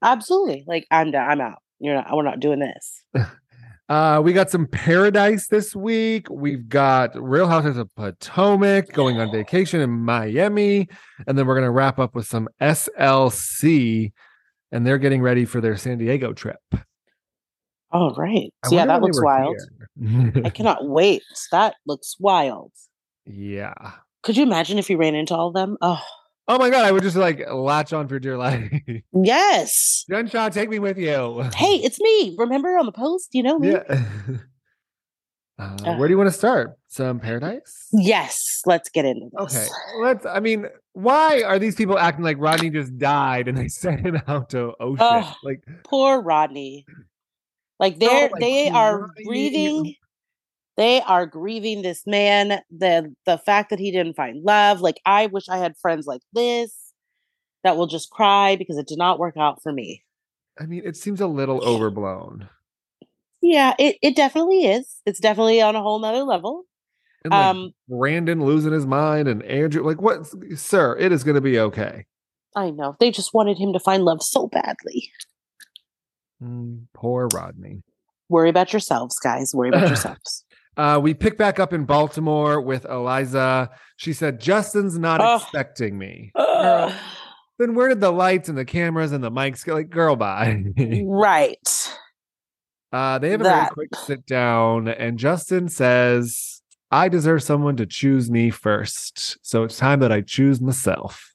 [SPEAKER 1] Absolutely. Like I'm done. I'm out. You're not we're not doing this.
[SPEAKER 2] Uh, we got some Paradise this week. We've got Real Houses of Potomac going on vacation in Miami, and then we're gonna wrap up with some SLC, and they're getting ready for their San Diego trip.
[SPEAKER 1] All right.
[SPEAKER 2] I
[SPEAKER 1] So yeah,
[SPEAKER 2] wonder when they
[SPEAKER 1] that looks
[SPEAKER 2] were
[SPEAKER 1] wild.
[SPEAKER 2] here. (laughs)
[SPEAKER 1] I cannot wait. That looks wild.
[SPEAKER 2] yeah.
[SPEAKER 1] Could you imagine if you ran into all of them? Oh,
[SPEAKER 2] Oh my god, I would just like latch on for dear life. (laughs)
[SPEAKER 1] yes.
[SPEAKER 2] Gunshaw, take me with you.
[SPEAKER 1] Hey, it's me. Remember on the post? You know me?
[SPEAKER 2] Yeah. (laughs) Uh, where do you want to start? Some paradise?
[SPEAKER 1] Yes. Let's get into this.
[SPEAKER 2] Okay. Let's I mean, why are these people acting like Rodney just died and they (laughs) sent him out to ocean?
[SPEAKER 1] Ugh.
[SPEAKER 2] Like
[SPEAKER 1] Poor Rodney. Like they're
[SPEAKER 2] like,
[SPEAKER 1] they are
[SPEAKER 2] crying.
[SPEAKER 1] grieving. They are grieving this man. The the fact that he didn't find love. Like I wish I had friends like this that will just cry because it did not work out for me.
[SPEAKER 2] I mean, it seems a little overblown.
[SPEAKER 1] Yeah, it, it definitely is. It's definitely on a whole nother level.
[SPEAKER 2] And like
[SPEAKER 1] Um,
[SPEAKER 2] Brandon losing his mind and Andrew, like, what, sir? It is going to be okay.
[SPEAKER 1] I know. They just wanted him to find love so badly.
[SPEAKER 2] Mm, poor Rodney.
[SPEAKER 1] Worry about yourselves, guys. Worry about yourselves.
[SPEAKER 2] Uh, we pick back up in Baltimore with Eliza. She said, Justin's not
[SPEAKER 1] Ugh.
[SPEAKER 2] expecting me.
[SPEAKER 1] Ugh.
[SPEAKER 2] Then where did the lights and the cameras and the mics go? Like, girl, bye. (laughs)
[SPEAKER 1] right.
[SPEAKER 2] uh, they have a very
[SPEAKER 1] That.
[SPEAKER 2] quick sit down, and Justin says, I deserve someone to choose me first. So it's time that I choose myself.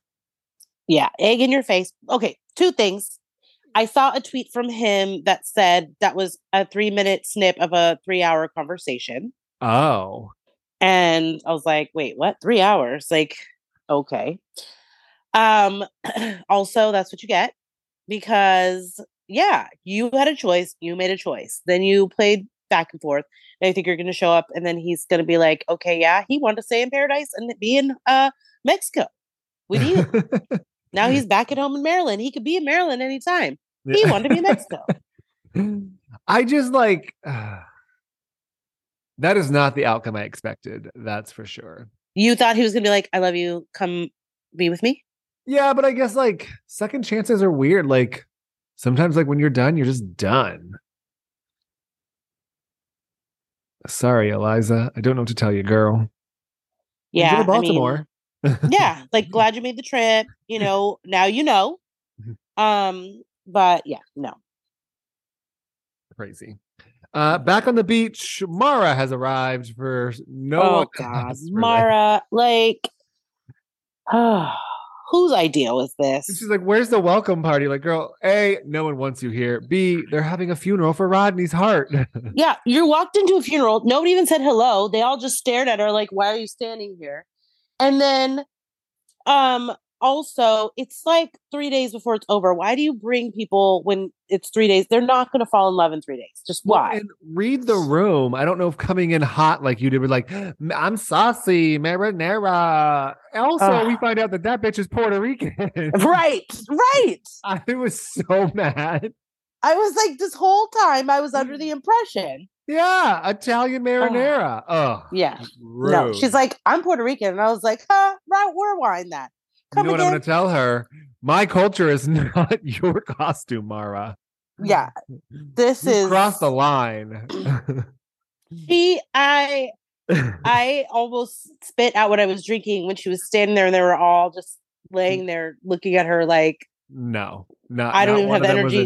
[SPEAKER 1] Yeah. Egg in your face. Okay. Two things. I saw a tweet from him that said that was a three minute snip of a three hour conversation.
[SPEAKER 2] Oh,
[SPEAKER 1] And I was like, wait, what? Three hours? Like, okay. Um, (clears throat) also that's what you get because yeah, you had a choice, you made a choice, then you played back and forth. And I think you're gonna show up and then he's gonna be like, Okay, yeah, he wanted to stay in paradise and be in uh Mexico
[SPEAKER 2] (laughs)
[SPEAKER 1] with you. now he's back at home in Maryland. He could be in Maryland anytime. He wanted to be in Mexico.
[SPEAKER 2] (laughs) I just like (sighs) that is not the outcome I expected. That's for sure.
[SPEAKER 1] You thought he was gonna be like, I love you, come be with me?
[SPEAKER 2] Yeah, but I guess like second chances are weird. Like sometimes, like when you're done, you're just done. Sorry, Eliza. I don't know what to tell you, girl. Enjoy
[SPEAKER 1] Yeah. I mean,
[SPEAKER 2] Baltimore. (laughs)
[SPEAKER 1] (laughs) yeah like glad you made the trip (laughs) you know now you know um but yeah no
[SPEAKER 2] Crazy. Uh, back on the beach, Mara has arrived for no
[SPEAKER 1] oh
[SPEAKER 2] one
[SPEAKER 1] (laughs) god
[SPEAKER 2] asked for, like-
[SPEAKER 1] mara like (sighs) whose idea was
[SPEAKER 2] And
[SPEAKER 1] this
[SPEAKER 2] she's like, "Where's the welcome party?" Like, girl, a, no one wants you here. B, they're having a funeral for Rodney's heart. (laughs)
[SPEAKER 1] yeah you walked into a funeral nobody even said hello they all just stared at her like why are you standing here and then um also it's like three days before it's over why do you bring people when it's three days they're not going to fall in love in three days just why
[SPEAKER 2] And read the room. I don't know if coming in hot like you did, but like, I'm saucy, marinara. Also,
[SPEAKER 1] Ugh.
[SPEAKER 2] we find out that that bitch is Puerto Rican.
[SPEAKER 1] right right
[SPEAKER 2] (laughs) I was so mad.
[SPEAKER 1] I was like, this whole time I was under the impression.
[SPEAKER 2] Yeah, Italian marinara. Oh,
[SPEAKER 1] Yeah. No, she's like, I'm Puerto Rican. And I was like, huh, right, we're wine that.
[SPEAKER 2] you
[SPEAKER 1] Come
[SPEAKER 2] know what I'm
[SPEAKER 1] again.
[SPEAKER 2] going to tell her? My culture is (laughs) not your costume, Mara.
[SPEAKER 1] Yeah. This
[SPEAKER 2] You
[SPEAKER 1] is
[SPEAKER 2] crossed the line.
[SPEAKER 1] she I I almost spit out what I was drinking when she was standing there and they were all just
[SPEAKER 2] Mm.
[SPEAKER 1] laying there looking at her like
[SPEAKER 2] (laughs) No, not.
[SPEAKER 1] I don't
[SPEAKER 2] not
[SPEAKER 1] even
[SPEAKER 2] one
[SPEAKER 1] have
[SPEAKER 2] of
[SPEAKER 1] the
[SPEAKER 2] them was
[SPEAKER 1] energy.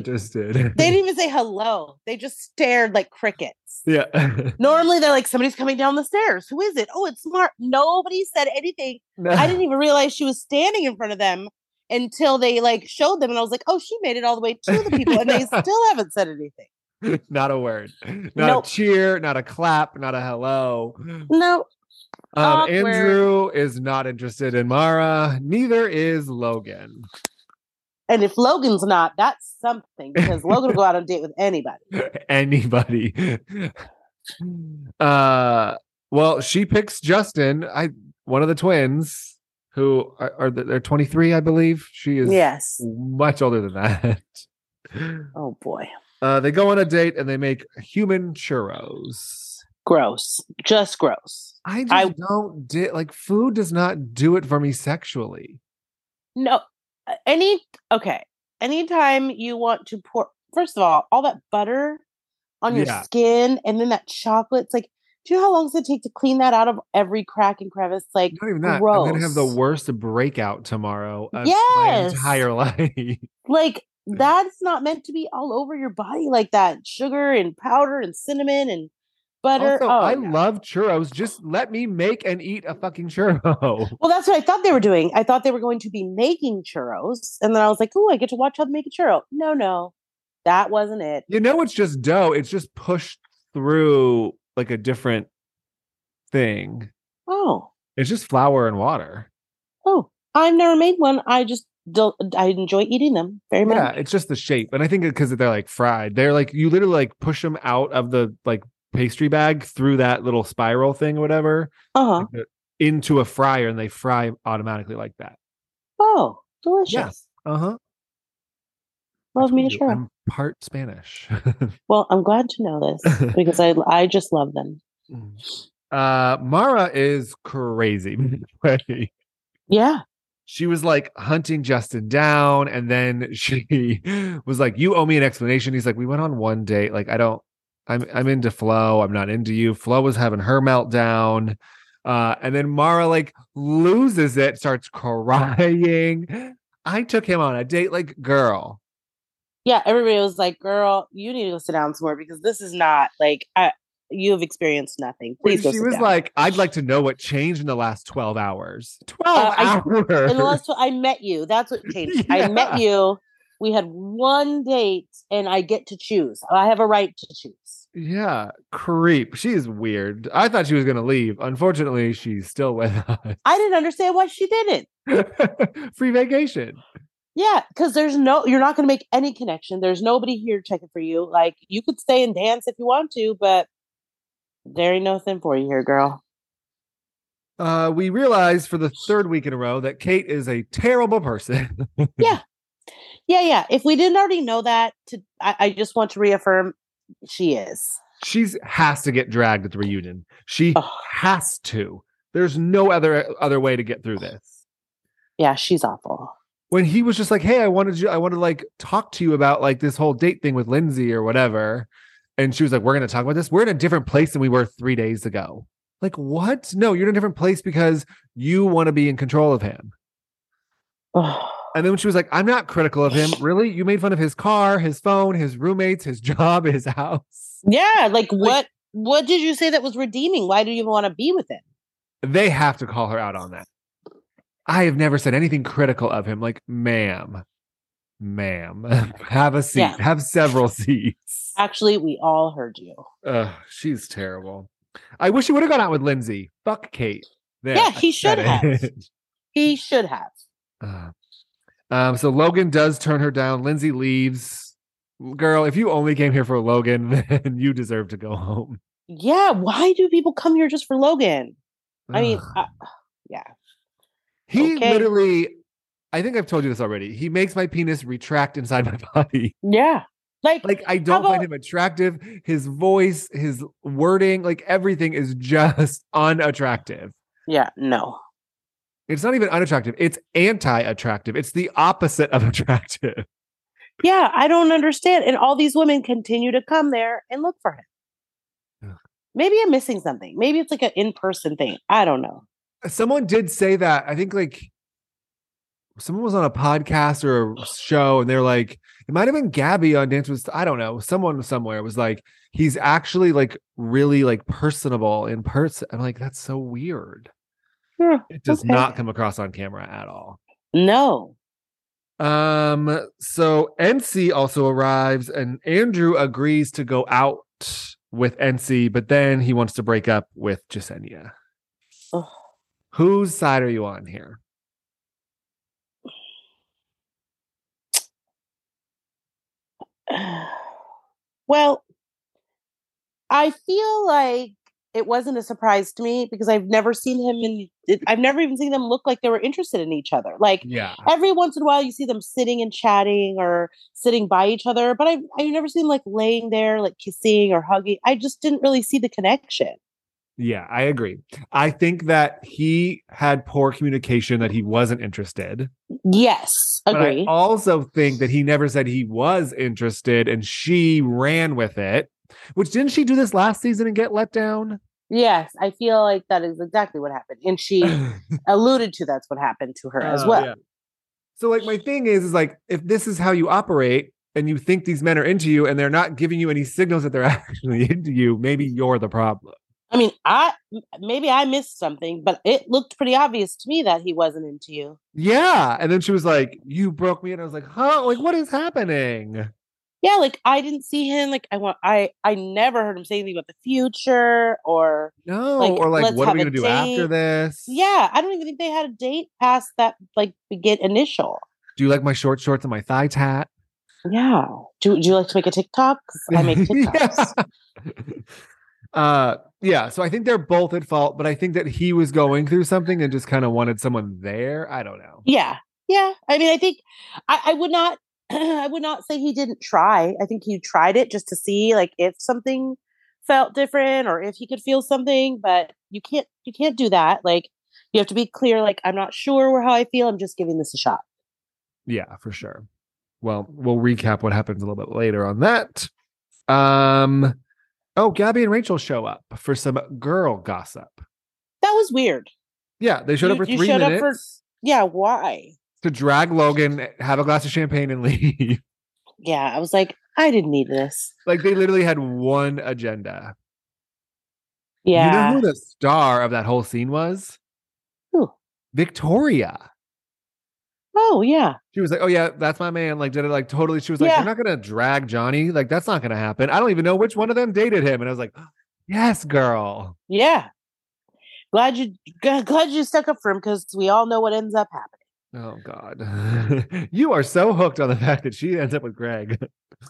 [SPEAKER 2] interested.
[SPEAKER 1] they
[SPEAKER 2] (laughs)
[SPEAKER 1] didn't even say hello. They just stared like crickets.
[SPEAKER 2] yeah. (laughs)
[SPEAKER 1] Normally they're like, somebody's coming down the stairs. Who is it? Oh, it's Mark. Nobody said anything.
[SPEAKER 2] No.
[SPEAKER 1] I didn't even realize she was standing in front of them until they like showed them, and I was like, "Oh, she made it all the way to the people," and they still haven't said anything.
[SPEAKER 2] not a
[SPEAKER 1] (laughs)
[SPEAKER 2] word. Not
[SPEAKER 1] Nope.
[SPEAKER 2] a cheer. Not a clap. Not a
[SPEAKER 1] (gasps)
[SPEAKER 2] hello.
[SPEAKER 1] No,
[SPEAKER 2] Um,
[SPEAKER 1] Awkward.
[SPEAKER 2] Andrew is not interested in Mara. Neither is Logan. (laughs)
[SPEAKER 1] and if Logan's not, that's something because Logan will go out on a date with anybody.
[SPEAKER 2] Anybody. (laughs) uh, well, she picks Justin. I one of the twins who are, are the, they're 23, I believe. She is
[SPEAKER 1] Yes.
[SPEAKER 2] much older than that. (laughs)
[SPEAKER 1] Oh boy,
[SPEAKER 2] Uh, they go on a date and they make human churros.
[SPEAKER 1] gross. Just gross.
[SPEAKER 2] I just
[SPEAKER 1] I-
[SPEAKER 2] don't di- like food does not do it for me sexually.
[SPEAKER 1] No, uh, any okay. Anytime you want to pour, first of all, all that butter on your
[SPEAKER 2] Yeah.
[SPEAKER 1] skin, and then that chocolate's like. Do you know how long does it take to clean that out of every crack and crevice? Like,
[SPEAKER 2] Not even that. I'm gonna have the
[SPEAKER 1] Gross.
[SPEAKER 2] worst breakout tomorrow of
[SPEAKER 1] Yes.
[SPEAKER 2] my entire (laughs) life.
[SPEAKER 1] like
[SPEAKER 2] Mm-hmm.
[SPEAKER 1] that's not meant to be all over your body like that sugar and powder and cinnamon and butter
[SPEAKER 2] also,
[SPEAKER 1] oh
[SPEAKER 2] I
[SPEAKER 1] no.
[SPEAKER 2] love churros. Just let me make and eat a fucking churro. (laughs)
[SPEAKER 1] well that's what i thought they were doing i thought they were going to be making churros and then i was like oh i get to watch how they make a churro no no that wasn't it
[SPEAKER 2] You know, it's just dough. It's just pushed through like a different thing.
[SPEAKER 1] oh
[SPEAKER 2] It's just flour and water.
[SPEAKER 1] oh i've never made one i just don't i enjoy eating them very much
[SPEAKER 2] Yeah, it's just the shape. And I think because they're like fried, they're like you literally like push them out of the like pastry bag through that little spiral thing or whatever
[SPEAKER 1] uh-huh
[SPEAKER 2] like, into a fryer and they fry automatically like that.
[SPEAKER 1] oh delicious
[SPEAKER 2] Uh huh.
[SPEAKER 1] Love
[SPEAKER 2] I
[SPEAKER 1] me to
[SPEAKER 2] told you,
[SPEAKER 1] share.
[SPEAKER 2] I'm part Spanish. (laughs)
[SPEAKER 1] Well, I'm glad to know this because I I just love them.
[SPEAKER 2] uh, Mara is crazy. (laughs) by the way.
[SPEAKER 1] Yeah.
[SPEAKER 2] she was like hunting Justin down. And then (laughs) she was like, You owe me an explanation. He's like, We went on one date. Like, I don't, I'm I'm into Flo. I'm not into you. Flo was having her meltdown. Uh, and then Mara like loses it, starts crying. I took him on a date, like, girl.
[SPEAKER 1] Yeah. Everybody was like, girl, you need to go sit down somewhere because this is not like I, you have experienced nothing.
[SPEAKER 2] When
[SPEAKER 1] Please go
[SPEAKER 2] she
[SPEAKER 1] sit
[SPEAKER 2] was
[SPEAKER 1] down.
[SPEAKER 2] like, I'd like to know what changed in the last 12 hours. 12
[SPEAKER 1] I-
[SPEAKER 2] hours. (laughs)
[SPEAKER 1] In the last, I met you. That's what changed. I
[SPEAKER 2] Yeah.
[SPEAKER 1] met you. We had one date, and I get to choose. I have a right to choose.
[SPEAKER 2] Yeah, creep. She is weird. I thought she was going to leave. Unfortunately, she's still with (laughs)
[SPEAKER 1] I didn't understand why she didn't.
[SPEAKER 2] us. Free vacation.
[SPEAKER 1] Yeah, because there's no, you're not going to make any connection. There's nobody here checking for you. Like you could stay and dance if you want to, but there ain't nothing for you here, girl.
[SPEAKER 2] Uh, we realize for the third week in a row that Kate is a terrible person. (laughs)
[SPEAKER 1] Yeah, yeah. If we didn't already know that, to I, I just want to reaffirm she is.
[SPEAKER 2] She's has to get dragged at the reunion. She
[SPEAKER 1] Ugh.
[SPEAKER 2] has to. There's no other other way to get through this.
[SPEAKER 1] Yeah, she's awful.
[SPEAKER 2] When he was just like, "Hey, I wanted you. I want to like talk to you about like this whole date thing with Lindsay or whatever," and she was like, "We're going to talk about this. We're in a different place than we were three days ago." Like, what? No, you're in a different place because you want to be in control of him.
[SPEAKER 1] Ugh.
[SPEAKER 2] And then when she was like, I'm not critical of him. Really? You made fun of his car, his phone, his roommates, his job, (laughs) his house.
[SPEAKER 1] Yeah, like what? What did you say that was redeeming? Why do you even want to be with him?
[SPEAKER 2] They have to call her out on that. I have never said anything critical of him. Like, ma'am, ma'am, (laughs) have a seat,
[SPEAKER 1] Yeah.
[SPEAKER 2] have several (laughs) seats.
[SPEAKER 1] Actually, we all heard you.
[SPEAKER 2] Ugh, she's terrible. I wish he would have gone out with Lindsay. Fuck Kate. There,
[SPEAKER 1] Yeah,
[SPEAKER 2] I
[SPEAKER 1] he
[SPEAKER 2] said
[SPEAKER 1] should have.
[SPEAKER 2] it. (laughs)
[SPEAKER 1] He should have.
[SPEAKER 2] Uh, um, so Logan does turn her down. Lindsay leaves. Girl, if you only came here for Logan, (laughs) then you deserve to go home.
[SPEAKER 1] Yeah, why do people come here just for Logan? I mean,
[SPEAKER 2] Ugh.
[SPEAKER 1] uh, yeah.
[SPEAKER 2] he
[SPEAKER 1] okay.
[SPEAKER 2] literally, I think I've told you this already. He makes my penis retract inside my (laughs) body.
[SPEAKER 1] Yeah. Like,
[SPEAKER 2] Like, I don't find
[SPEAKER 1] about-
[SPEAKER 2] him attractive. His voice, his wording, like everything is just (laughs) unattractive.
[SPEAKER 1] yeah, no.
[SPEAKER 2] It's not even unattractive, it's anti attractive. It's the opposite of (laughs) attractive.
[SPEAKER 1] Yeah, I don't understand. And all these women continue to come there and look for him.
[SPEAKER 2] Ugh.
[SPEAKER 1] Maybe I'm missing something. Maybe it's like an in person thing. I don't know.
[SPEAKER 2] someone did say that i think like someone was on a podcast or a show and they're like it might have been gabby on dance with i don't know someone somewhere was like he's actually like really like personable in person i'm like that's so weird
[SPEAKER 1] Hmm,
[SPEAKER 2] it does
[SPEAKER 1] okay.
[SPEAKER 2] not come across on camera at all
[SPEAKER 1] No. (sighs)
[SPEAKER 2] um so nc also arrives and andrew agrees to go out with nc but then he wants to break up with jasenia
[SPEAKER 1] Ugh.
[SPEAKER 2] whose side are you on here
[SPEAKER 1] Well, I feel like it wasn't a surprise to me because I've never seen him and I've never even seen them look like they were interested in each other. Like,
[SPEAKER 2] Yeah.
[SPEAKER 1] every once in a while you see them sitting and chatting or sitting by each other but i've, I've never seen like laying there like kissing or hugging i just didn't really see the connection
[SPEAKER 2] Yeah, I agree. I think that he had poor communication that he wasn't interested.
[SPEAKER 1] yes
[SPEAKER 2] But I
[SPEAKER 1] agree
[SPEAKER 2] also think that he never said he was interested and she ran with it. Which didn't she do this last season and get let down?
[SPEAKER 1] yes i feel like that is exactly what happened
[SPEAKER 2] (clears throat)
[SPEAKER 1] and she alluded to that's what happened to her as
[SPEAKER 2] Oh,
[SPEAKER 1] well
[SPEAKER 2] yeah. So like my thing is is like if this is how you operate and you think these men are into you and they're not giving you any signals that they're (laughs) actually into you, maybe you're the problem.
[SPEAKER 1] i mean i m- maybe i missed something but it looked pretty obvious to me that he wasn't into you
[SPEAKER 2] Yeah. And then she was like, You broke me. And I was like, Huh? Like, what is happening?
[SPEAKER 1] yeah like i didn't see him like i want i i never heard him say anything about the future or
[SPEAKER 2] No,
[SPEAKER 1] Like,
[SPEAKER 2] or like,
[SPEAKER 1] let's
[SPEAKER 2] what are
[SPEAKER 1] have
[SPEAKER 2] we
[SPEAKER 1] a
[SPEAKER 2] gonna do after
[SPEAKER 1] date.
[SPEAKER 2] this?
[SPEAKER 1] yeah i don't even think they had a date past that like begin initial
[SPEAKER 2] Do you like my short shorts and my thigh tat?
[SPEAKER 1] Yeah. Do, do you like to make a TikTok? 'Cause I
[SPEAKER 2] (laughs)
[SPEAKER 1] make TikToks.
[SPEAKER 2] yeah. Uh, yeah. So I think they're both at fault, but I think that he was going through something and just kind of wanted someone there. I don't know.
[SPEAKER 1] yeah. Yeah. I mean, I think I, I would not (clears throat) I would not say he didn't try. I think he tried it just to see like if something felt different or if he could feel something, but you can't you can't do that. Like you have to be clear like I'm not sure where how I feel. I'm just giving this a shot.
[SPEAKER 2] Yeah, for sure. Well, we'll recap what happens a little bit later on that. Um oh, Gabby and Rachel show up for some girl gossip.
[SPEAKER 1] That was weird.
[SPEAKER 2] Yeah, they showed up for
[SPEAKER 1] You- you
[SPEAKER 2] three
[SPEAKER 1] showed up
[SPEAKER 2] minutes
[SPEAKER 1] for- Yeah, why?
[SPEAKER 2] to drag Logan, eh, have a glass of champagne, and (laughs) leave.
[SPEAKER 1] Yeah, I was like I didn't need this.
[SPEAKER 2] like they literally had one agenda.
[SPEAKER 1] Yeah.
[SPEAKER 2] You know who the star of that whole scene was?
[SPEAKER 1] Who?
[SPEAKER 2] Victoria.
[SPEAKER 1] oh, yeah.
[SPEAKER 2] She was like, "Oh yeah, that's my man." Like, did it like totally? She was like,
[SPEAKER 1] Yeah.
[SPEAKER 2] "You're not gonna drag Johnny. Like, that's not gonna happen." I don't even know which one of them dated him, and I was like, "Yes, girl."
[SPEAKER 1] Yeah. Glad you g- glad you stuck up for him because we all know what ends up happening.
[SPEAKER 2] Oh God, (laughs) you are so hooked on the fact that she ends up with Greg.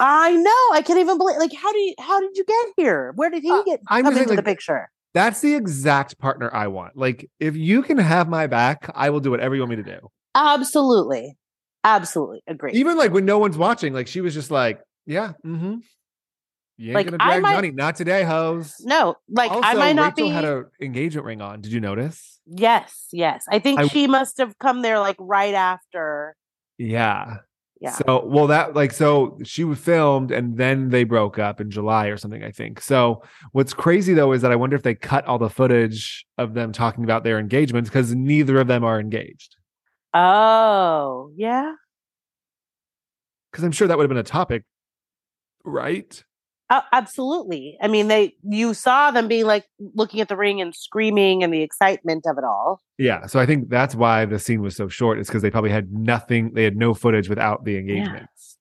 [SPEAKER 1] I know. I can't even believe. Like, how do you how did you get here? Where did he
[SPEAKER 2] Uh,
[SPEAKER 1] get
[SPEAKER 2] I'm
[SPEAKER 1] come
[SPEAKER 2] just saying,
[SPEAKER 1] into the
[SPEAKER 2] like,
[SPEAKER 1] picture?
[SPEAKER 2] That's the exact partner I want. Like, if you can have my back, I will do whatever you want me to do.
[SPEAKER 1] Absolutely, absolutely agree.
[SPEAKER 2] Even like when no one's watching, like she was just like, "Yeah, mm-hmm." You ain't
[SPEAKER 1] Like,
[SPEAKER 2] gonna
[SPEAKER 1] I
[SPEAKER 2] drag
[SPEAKER 1] might-
[SPEAKER 2] Johnny, not today, hoes.
[SPEAKER 1] no, like I
[SPEAKER 2] Also,
[SPEAKER 1] might not
[SPEAKER 2] Rachel
[SPEAKER 1] be.
[SPEAKER 2] had an engagement ring on. Did you notice?
[SPEAKER 1] yes, yes. I think
[SPEAKER 2] I-
[SPEAKER 1] she must have come there like right after.
[SPEAKER 2] Yeah.
[SPEAKER 1] Yeah.
[SPEAKER 2] So well that like so she was filmed and then they broke up in July or something I think. So what's crazy though is that I wonder if they cut all the footage of them talking about their engagements cuz neither of them are engaged.
[SPEAKER 1] Oh, yeah.
[SPEAKER 2] Cuz I'm sure that would have been a topic, right?
[SPEAKER 1] Oh, absolutely. I mean, they you saw them being like looking at the ring and screaming and the excitement of it all.
[SPEAKER 2] Yeah. So I think that's why the scene was so short is cuz they probably had nothing they had no footage without the engagements.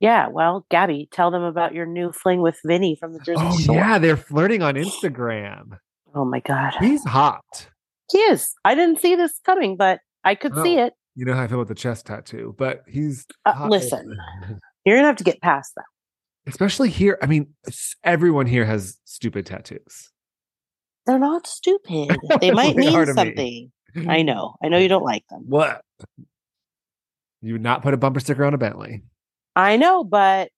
[SPEAKER 1] Yeah, well, Gabby, tell them about your new fling with Vinny from the Jersey
[SPEAKER 2] Oh
[SPEAKER 1] Shore.
[SPEAKER 2] yeah, they're flirting on Instagram.
[SPEAKER 1] Oh my god.
[SPEAKER 2] He's hot.
[SPEAKER 1] He is. I didn't see this coming, but I could see
[SPEAKER 2] Oh.
[SPEAKER 1] it.
[SPEAKER 2] You know how I feel about the chest tattoo, but he's
[SPEAKER 1] Uh,
[SPEAKER 2] hot.
[SPEAKER 1] listen. You're gonna have to get past that.
[SPEAKER 2] especially here. I mean, s- everyone here has stupid tattoos.
[SPEAKER 1] They're
[SPEAKER 2] (laughs)
[SPEAKER 1] not stupid. They might
[SPEAKER 2] They are to
[SPEAKER 1] mean
[SPEAKER 2] me. (laughs)
[SPEAKER 1] something. I know. I know you don't like them.
[SPEAKER 2] What? You would not put a bumper sticker on a Bentley.
[SPEAKER 1] I know, but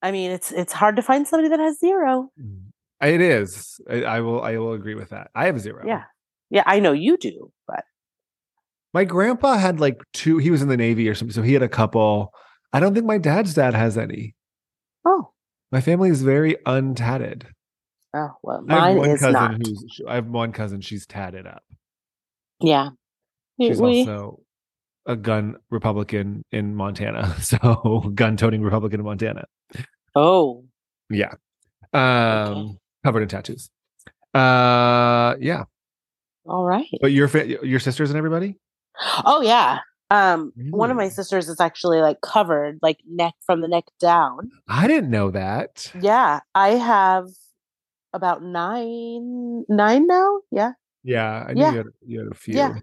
[SPEAKER 1] I mean it's it's hard to find somebody that has zero.
[SPEAKER 2] Mm. It is. I, I will. I will agree with that. I have zero.
[SPEAKER 1] Yeah. Yeah, I know you do, but
[SPEAKER 2] My grandpa had like two. He was in the Navy or something, so he had a couple. I don't think my dad's dad has any.
[SPEAKER 1] oh
[SPEAKER 2] My family is very untatted.
[SPEAKER 1] oh well
[SPEAKER 2] I have
[SPEAKER 1] mine
[SPEAKER 2] one
[SPEAKER 1] is
[SPEAKER 2] cousin
[SPEAKER 1] not.
[SPEAKER 2] who's. I have one cousin. She's tatted up.
[SPEAKER 1] Yeah. We-
[SPEAKER 2] She's
[SPEAKER 1] we-
[SPEAKER 2] also a gun Republican in Montana. (laughs) So gun toting Republican in Montana.
[SPEAKER 1] oh
[SPEAKER 2] Yeah. Um covered in tattoos. Uh yeah.
[SPEAKER 1] all right.
[SPEAKER 2] But your fa- your sisters and everybody?
[SPEAKER 1] Oh yeah. Um one of my
[SPEAKER 2] Really?
[SPEAKER 1] sisters is actually like covered like neck from the neck down.
[SPEAKER 2] I didn't know that.
[SPEAKER 1] Yeah, I have about 9 9 now, yeah.
[SPEAKER 2] Yeah, I knew
[SPEAKER 1] Yeah.
[SPEAKER 2] You, had, you had a few.
[SPEAKER 1] Yeah.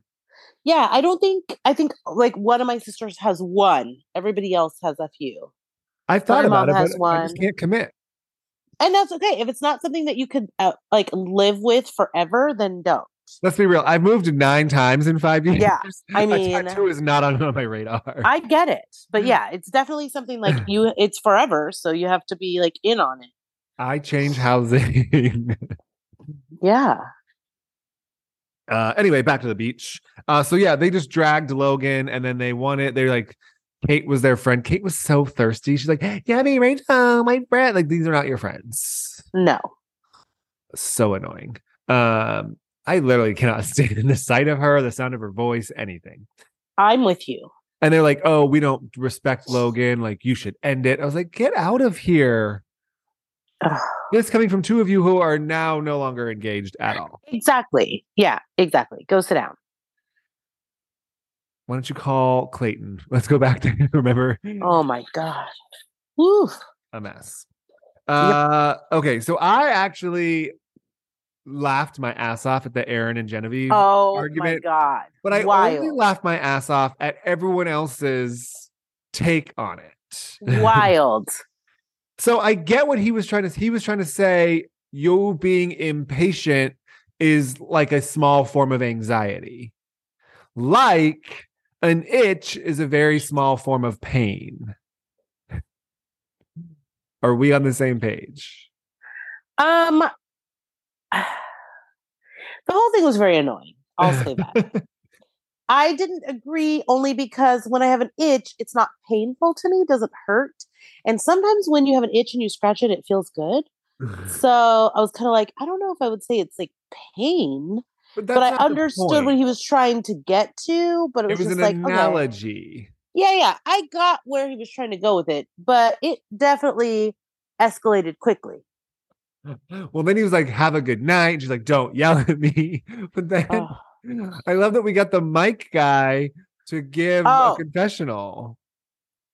[SPEAKER 1] Yeah, I don't think I think uh, like one of my sisters has one. Everybody else has a few.
[SPEAKER 2] I thought
[SPEAKER 1] My
[SPEAKER 2] about
[SPEAKER 1] mom
[SPEAKER 2] it,
[SPEAKER 1] has
[SPEAKER 2] but I just
[SPEAKER 1] one.
[SPEAKER 2] can't commit.
[SPEAKER 1] And that's okay. If it's not something that you could uh, like live with forever, then don't.
[SPEAKER 2] Let's be real. I've moved nine times in five years.
[SPEAKER 1] (laughs) Yeah,
[SPEAKER 2] (laughs)
[SPEAKER 1] I
[SPEAKER 2] a
[SPEAKER 1] mean-
[SPEAKER 2] tattoo is not on, on my radar.
[SPEAKER 1] I get it. But yeah, it's definitely something (clears throat) like you it's forever, so you have to be like in on it.
[SPEAKER 2] I change housing. (laughs)
[SPEAKER 1] Yeah.
[SPEAKER 2] Uh, anyway, back to the beach. Uh, so yeah, they just dragged Logan, and then they won it. They're like, Kate was their friend. Kate was so thirsty. She's like, Gabby, Rachel, my friend. Like these are not your friends.
[SPEAKER 1] No.
[SPEAKER 2] So annoying. Um, I literally cannot (laughs) stand the sight of her, the sound of her voice, anything.
[SPEAKER 1] I'm with you.
[SPEAKER 2] And they're like, Oh, we don't respect Logan. Like you should end it. I was like, Get out of here.
[SPEAKER 1] Ugh.
[SPEAKER 2] This coming from two of you who are now no longer engaged at all.
[SPEAKER 1] Exactly. Yeah, exactly. Go sit down.
[SPEAKER 2] Why don't you call Clayton? (laughs) Let's go back to remember
[SPEAKER 1] Oh my god. Woo.
[SPEAKER 2] a mess. Uh, Okay, so I actually laughed my ass off at the Aaron and Genevieve,
[SPEAKER 1] Oh
[SPEAKER 2] argument,
[SPEAKER 1] my god.
[SPEAKER 2] but I only (laughs)
[SPEAKER 1] wild.
[SPEAKER 2] laughed my ass off at everyone else's take on
[SPEAKER 1] Mm.
[SPEAKER 2] it.
[SPEAKER 1] wild.
[SPEAKER 2] So I get what he was trying to. He was trying to say you being impatient is like a small form of anxiety, like an itch is a very small form of pain. Are we on the same
[SPEAKER 1] (laughs)
[SPEAKER 2] page?
[SPEAKER 1] Um, (sighs) the whole thing was very annoying.
[SPEAKER 2] (laughs)
[SPEAKER 1] I'll say that. I didn't agree only because when I have an itch, it's not painful to me, doesn't hurt. And sometimes when you have an itch and you scratch it, it feels good.
[SPEAKER 2] Mm.
[SPEAKER 1] So I was kind of like, I don't know if I would say it's like pain, but I understood what he was trying to get to. But it
[SPEAKER 2] It
[SPEAKER 1] was,
[SPEAKER 2] was
[SPEAKER 1] just
[SPEAKER 2] an
[SPEAKER 1] like, okay.
[SPEAKER 2] analogy.
[SPEAKER 1] Yeah, yeah. I got where he was trying to go with it, but it definitely escalated quickly.
[SPEAKER 2] Well, then he was like, "Have a good night." She's like, "Don't yell at me." (laughs) But then
[SPEAKER 1] Ugh.
[SPEAKER 2] I love that we got the mic guy to give
[SPEAKER 1] Oh.
[SPEAKER 2] a confessional.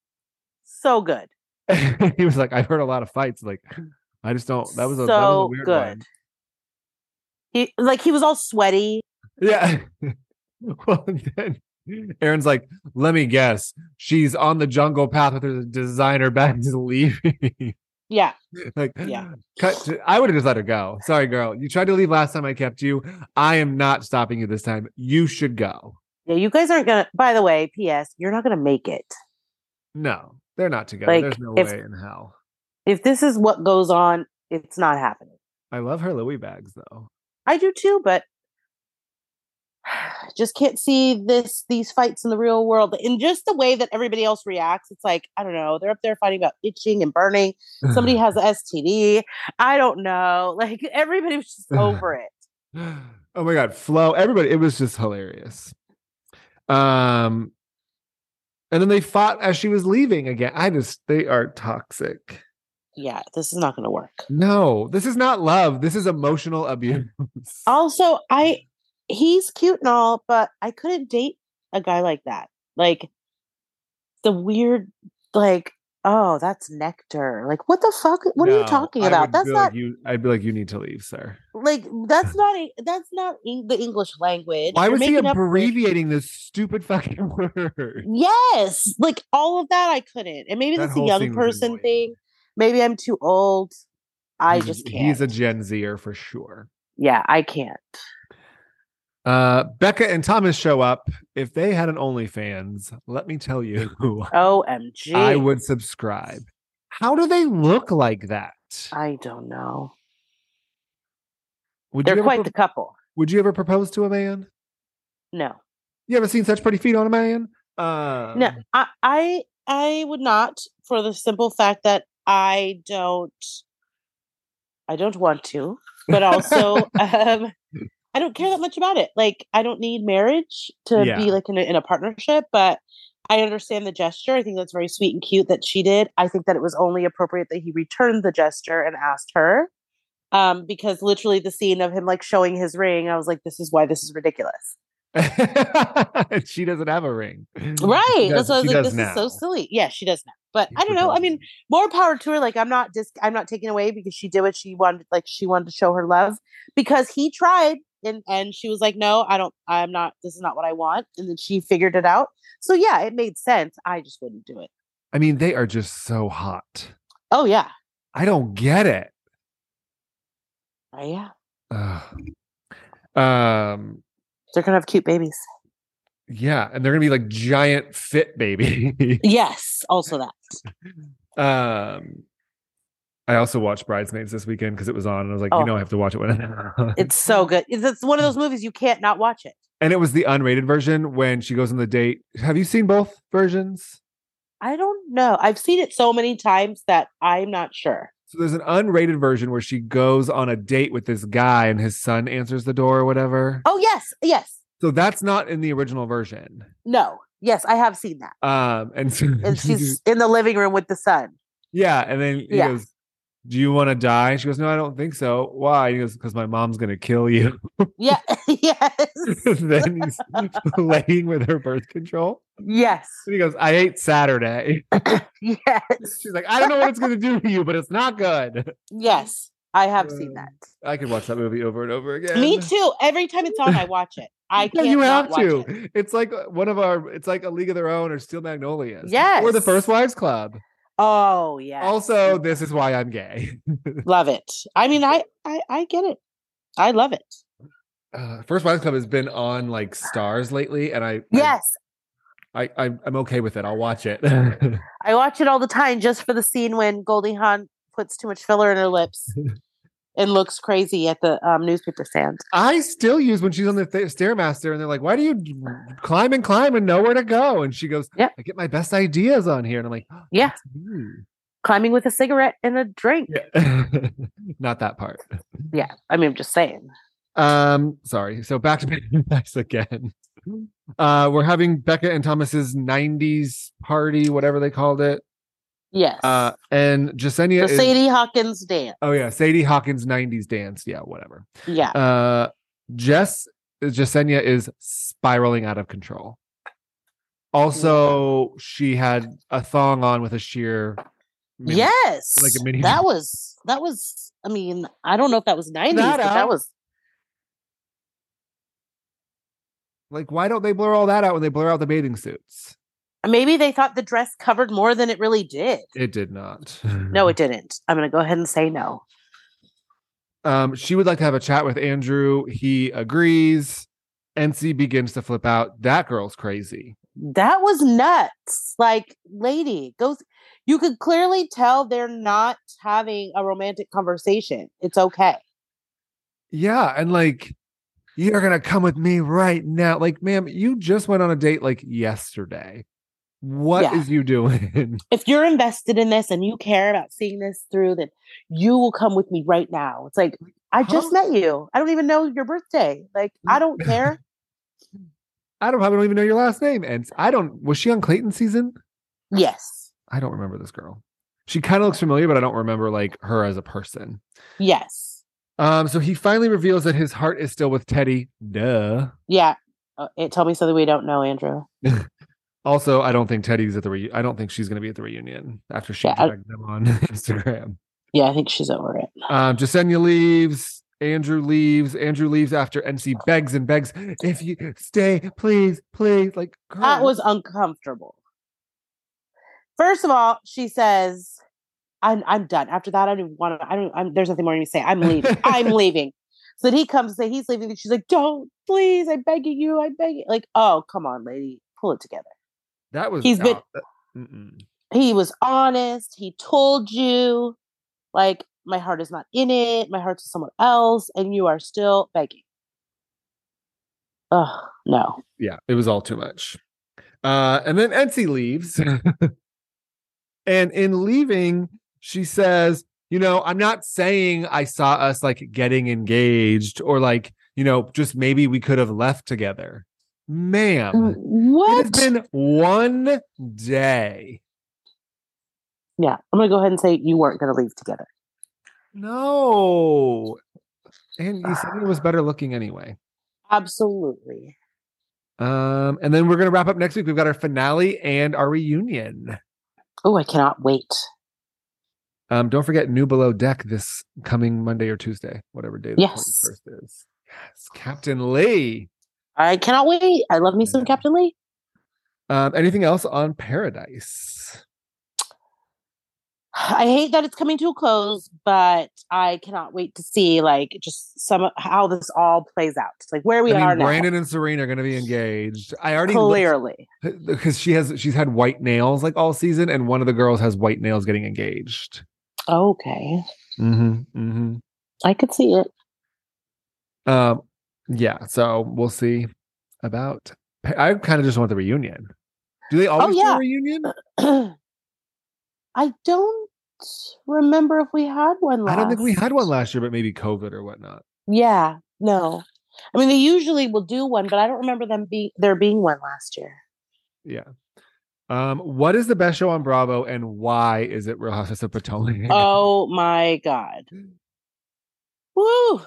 [SPEAKER 2] (laughs)
[SPEAKER 1] so good.
[SPEAKER 2] he was like, "I've heard a lot of fights. Like, I just don't. Oh, That was a, that was a
[SPEAKER 1] So
[SPEAKER 2] weird
[SPEAKER 1] good.
[SPEAKER 2] one."
[SPEAKER 1] He like he was all sweaty.
[SPEAKER 2] (laughs) Yeah. well, and then Aaron's like, "Let me guess. She's on the jungle path with her designer bag to leaving." (laughs)
[SPEAKER 1] Yeah.
[SPEAKER 2] like,
[SPEAKER 1] Yeah.
[SPEAKER 2] Cut. To, I would have just let her go. Sorry, girl. You tried to leave last time. I kept you. I am not stopping you this time. You should go.
[SPEAKER 1] Yeah, you guys aren't gonna by the way, PS, you're not gonna make it.
[SPEAKER 2] No, they're not together.
[SPEAKER 1] Like,
[SPEAKER 2] There's no
[SPEAKER 1] if-
[SPEAKER 2] way in hell.
[SPEAKER 1] If this is what goes on, it's not happening.
[SPEAKER 2] I love her Louis bags though.
[SPEAKER 1] I do too, but (sighs) just can't see this these fights in the real world. And just the way that everybody else reacts, it's like, I don't know, they're up there fighting about itching and burning. Somebody has a STD. I don't know. Like everybody was
[SPEAKER 2] (laughs)
[SPEAKER 1] just over it.
[SPEAKER 2] (laughs) oh my god, Flo, everybody, it was just hilarious. Um and then they fought as she was leaving again. I just they are toxic.
[SPEAKER 1] Yeah, this is not going to work.
[SPEAKER 2] No, this is not love. This is emotional abuse.
[SPEAKER 1] Also, I he's cute and all, but I couldn't date a guy like that. Like the weird, like oh, that's nectar. Like what the fuck? What are you
[SPEAKER 2] No,
[SPEAKER 1] talking
[SPEAKER 2] I
[SPEAKER 1] about?
[SPEAKER 2] would
[SPEAKER 1] That's
[SPEAKER 2] be
[SPEAKER 1] not
[SPEAKER 2] Like you, I'd be like, you need to leave, sir.
[SPEAKER 1] like
[SPEAKER 2] (laughs)
[SPEAKER 1] that's not a- that's not Eng- the English language.
[SPEAKER 2] Why
[SPEAKER 1] You're
[SPEAKER 2] was he
[SPEAKER 1] making up weird-
[SPEAKER 2] abbreviating this stupid fucking (laughs) word?
[SPEAKER 1] Yes, like all of that, I couldn't. And maybe
[SPEAKER 2] That
[SPEAKER 1] that's a
[SPEAKER 2] whole
[SPEAKER 1] young
[SPEAKER 2] thing was
[SPEAKER 1] person
[SPEAKER 2] annoying.
[SPEAKER 1] thing. Maybe I'm too old. I
[SPEAKER 2] He's-
[SPEAKER 1] just can't.
[SPEAKER 2] He's a Gen Zer for sure.
[SPEAKER 1] yeah, I can't.
[SPEAKER 2] Uh, Becca and Thomas show up. If they had an OnlyFans, let me tell
[SPEAKER 1] (laughs)
[SPEAKER 2] you,
[SPEAKER 1] Omg,
[SPEAKER 2] I would subscribe. How do they look like that?
[SPEAKER 1] I don't know.
[SPEAKER 2] Would you,
[SPEAKER 1] They're
[SPEAKER 2] ever,
[SPEAKER 1] quite
[SPEAKER 2] pro-
[SPEAKER 1] the couple.
[SPEAKER 2] would you ever propose to a man?
[SPEAKER 1] No,
[SPEAKER 2] You ever seen such pretty feet on a man? Um,
[SPEAKER 1] no, I, I, I would not for the simple fact that I don't, I don't want to, but also, um, I don't care that much about it. Like, I don't need marriage to
[SPEAKER 2] Yeah.
[SPEAKER 1] be like in a, in a partnership, but I understand the gesture. I think that's very sweet and cute that she did. I think that it was only appropriate that he returned the gesture and asked her. Um, because literally the scene of him like showing his ring, I was like, this is why this is ridiculous.
[SPEAKER 2] Um, (laughs) she doesn't have a ring.
[SPEAKER 1] Right.
[SPEAKER 2] She
[SPEAKER 1] That's
[SPEAKER 2] does-
[SPEAKER 1] why I
[SPEAKER 2] she
[SPEAKER 1] was like,
[SPEAKER 2] does
[SPEAKER 1] this is so
[SPEAKER 2] now.
[SPEAKER 1] silly. Yeah, she does now. But
[SPEAKER 2] She
[SPEAKER 1] I don't know. I
[SPEAKER 2] proposes.
[SPEAKER 1] mean, more power to her. Like, I'm not just I'm not taking away because she did what she wanted. Like, she wanted to show her love because he tried, and and she was like, no, I don't. I'm not. This is not what I want. And then she figured it out. So yeah, it made sense. I just wouldn't do it.
[SPEAKER 2] I mean, they are just so hot.
[SPEAKER 1] Oh yeah,
[SPEAKER 2] I don't get it.
[SPEAKER 1] oh, yeah.
[SPEAKER 2] Ugh. Um,
[SPEAKER 1] They're gonna have cute babies.
[SPEAKER 2] Yeah, and they're gonna be like giant fit baby.
[SPEAKER 1] Yes. Also that.
[SPEAKER 2] um, I also watched Bridesmaids this weekend because it was on, and I was like,
[SPEAKER 1] Oh.
[SPEAKER 2] you know, I have to watch it when (laughs) it's
[SPEAKER 1] It's so good. It's it's one of those movies you can't not watch it.
[SPEAKER 2] and it was the unrated version when she goes on the date. Have you seen both versions?
[SPEAKER 1] I don't know. I've seen it so many times that I'm not sure.
[SPEAKER 2] So there's an unrated version where she goes on a date with this guy, and his son answers the door or whatever.
[SPEAKER 1] Oh yes, yes.
[SPEAKER 2] So that's not in the original version.
[SPEAKER 1] No. Yes, I have seen that.
[SPEAKER 2] Um, and so (laughs)
[SPEAKER 1] And she's in the living room with the son.
[SPEAKER 2] Yeah. And then he
[SPEAKER 1] Yeah.
[SPEAKER 2] goes, Do you want to die? She goes, No, I don't think so. Why? He goes, Because my mom's going to kill you. (laughs)
[SPEAKER 1] Yeah. (laughs) yes.
[SPEAKER 2] And then he's (laughs) playing with her birth control.
[SPEAKER 1] Yes.
[SPEAKER 2] And he goes, I ate Saturday. (laughs)
[SPEAKER 1] Yes.
[SPEAKER 2] She's like, I don't know what it's going to do to you, but it's not good.
[SPEAKER 1] Yes. I have seen
[SPEAKER 2] Um,
[SPEAKER 1] that.
[SPEAKER 2] I could watch that movie over and over again.
[SPEAKER 1] Me too. Every time it's on, I watch it. I
[SPEAKER 2] Yeah,
[SPEAKER 1] can't.
[SPEAKER 2] you
[SPEAKER 1] not
[SPEAKER 2] have
[SPEAKER 1] watch
[SPEAKER 2] to.
[SPEAKER 1] it.
[SPEAKER 2] It's like one of our, it's like A League of Their Own or Steel Magnolias. Or The
[SPEAKER 1] Yes.
[SPEAKER 2] First Wives Club.
[SPEAKER 1] Oh yeah.
[SPEAKER 2] Also, this is why I'm gay. (laughs)
[SPEAKER 1] love it. I mean, I, I I get it. I love it.
[SPEAKER 2] Uh, First Wives Club has been on like stars lately, and I, I
[SPEAKER 1] Yes.
[SPEAKER 2] I, I I'm okay with it. I'll watch it. (laughs)
[SPEAKER 1] I watch it all the time just for the scene when Goldie Hawn puts too much filler in
[SPEAKER 2] (laughs)
[SPEAKER 1] her lips and looks crazy at the um, newspaper stand.
[SPEAKER 2] I still use when she's on the th- stairmaster and they're like, "Why do you d- climb and climb and nowhere to go?" And she goes,
[SPEAKER 1] Yeah.
[SPEAKER 2] I get my best ideas on here." And I'm like, (gasps)
[SPEAKER 1] Yeah,
[SPEAKER 2] "Ooh."
[SPEAKER 1] climbing with a cigarette and a drink.
[SPEAKER 2] (laughs) Not that part.
[SPEAKER 1] Yeah, I mean, I'm just saying.
[SPEAKER 2] Um, sorry. So back to (laughs) Paradise again. Uh, we're having Becca and Thomas's '90s party, whatever they called it.
[SPEAKER 1] Yes.
[SPEAKER 2] Uh, and Jasenia
[SPEAKER 1] the
[SPEAKER 2] is-
[SPEAKER 1] Sadie Hawkins dance.
[SPEAKER 2] oh yeah, Sadie Hawkins '90s dance. Yeah, whatever.
[SPEAKER 1] Yeah.
[SPEAKER 2] Uh, Jess Jasenia is spiraling out of control. Also, she had a thong on with a sheer. mini-
[SPEAKER 1] yes.
[SPEAKER 2] like a mini- (laughs)
[SPEAKER 1] that was that was. I mean, I don't know if that was '90s,
[SPEAKER 2] That
[SPEAKER 1] but
[SPEAKER 2] out.
[SPEAKER 1] that was
[SPEAKER 2] Like, why don't they blur all that out when they blur out the bathing suits?
[SPEAKER 1] maybe they thought the dress covered more than it really did.
[SPEAKER 2] It did not.
[SPEAKER 1] No, it didn't. I'm going to go ahead and say no.
[SPEAKER 2] Um, she would like to have a chat with Andrew. He agrees. NC begins to flip out. That girl's crazy.
[SPEAKER 1] That was nuts. Like, lady, go. th- you could clearly tell they're not having a romantic conversation. It's okay.
[SPEAKER 2] Yeah, and like you're gonna come with me right now. Like, ma'am, you just went on a date like yesterday. What is
[SPEAKER 1] Yeah.
[SPEAKER 2] you doing? (laughs)
[SPEAKER 1] If you're invested in this and you care about seeing this through, then you will come with me right now. It's like, I just met you. I don't even know your birthday. Like, I don't care.
[SPEAKER 2] I don't probably don't even know your last name. And I don't was she on Clayton season?
[SPEAKER 1] yes.
[SPEAKER 2] I don't remember this girl. She kind of looks familiar, but I don't remember like her as a person.
[SPEAKER 1] Yes.
[SPEAKER 2] Um, so he finally reveals that his heart is still with Teddy. Duh.
[SPEAKER 1] Yeah. Uh, it told me something we don't know, Andrew.
[SPEAKER 2] Also, I don't think Teddy's at the re- I don't think she's going to be at the reunion after she
[SPEAKER 1] Yeah, I-
[SPEAKER 2] dragged them on (laughs) Instagram.
[SPEAKER 1] Yeah, I think she's over it.
[SPEAKER 2] Um, Jasenia leaves. Andrew leaves. Andrew leaves after NC begs and begs, "If you stay, please, please." Like girl,
[SPEAKER 1] That was uncomfortable. First of all, she says, "I'm I'm done." After that, I don't even want to. I don't. I'm, there's nothing more to say. I'm leaving.
[SPEAKER 2] (laughs)
[SPEAKER 1] I'm leaving. So then he comes and say he's leaving, and she's like, "Don't, please, I'm begging you, I'm begging." Like, oh come on, lady, pull it together.
[SPEAKER 2] that was
[SPEAKER 1] he's been-
[SPEAKER 2] out. Mm-mm.
[SPEAKER 1] He was honest. He told you, like, my heart is not in it. My heart's with someone else, and you are still begging. Oh no.
[SPEAKER 2] yeah, it was all too much. Uh, and then NC leaves, and in leaving, she says, "You know, I'm not saying I saw us like getting engaged or like you know just maybe we could have left together, ma'am."
[SPEAKER 1] What?
[SPEAKER 2] It has been one day.
[SPEAKER 1] Yeah, I'm gonna go ahead and say you weren't gonna leave together.
[SPEAKER 2] No. And you said it was better looking anyway.
[SPEAKER 1] Absolutely.
[SPEAKER 2] Um, and then we're gonna wrap up next week. We've got our finale and our reunion.
[SPEAKER 1] Oh, I cannot wait.
[SPEAKER 2] Um, don't forget New Below Deck this coming Monday or Tuesday, whatever day the
[SPEAKER 1] Yes.
[SPEAKER 2] 21st is. Yes, Captain Lee.
[SPEAKER 1] I cannot wait. I love me some
[SPEAKER 2] Yeah.
[SPEAKER 1] Captain Lee.
[SPEAKER 2] Um, anything else on Paradise?
[SPEAKER 1] I hate that it's coming to a close, but I cannot wait to see like just some how this all plays out. Like where we
[SPEAKER 2] I mean,
[SPEAKER 1] are now.
[SPEAKER 2] Brandon and Serena are gonna be engaged. I already
[SPEAKER 1] clearly.
[SPEAKER 2] (laughs) because she has she's had white nails like all season, and one of the girls has white nails getting engaged.
[SPEAKER 1] Okay.
[SPEAKER 2] Mm-hmm. Mm-hmm.
[SPEAKER 1] I could see it. (clears throat)
[SPEAKER 2] Um, yeah. So we'll see about. I kind of just want the reunion. Do they always do
[SPEAKER 1] Oh, yeah.
[SPEAKER 2] a reunion?
[SPEAKER 1] I don't remember if we had one last.
[SPEAKER 2] I don't think we had one last year, but maybe COVID or whatnot.
[SPEAKER 1] Yeah, no. I mean they usually will do one, but I don't remember them being there being one last year.
[SPEAKER 2] Yeah. Um, what is the best show on Bravo, and why is it Real Houses of Potomac?
[SPEAKER 1] Oh my god. Woo!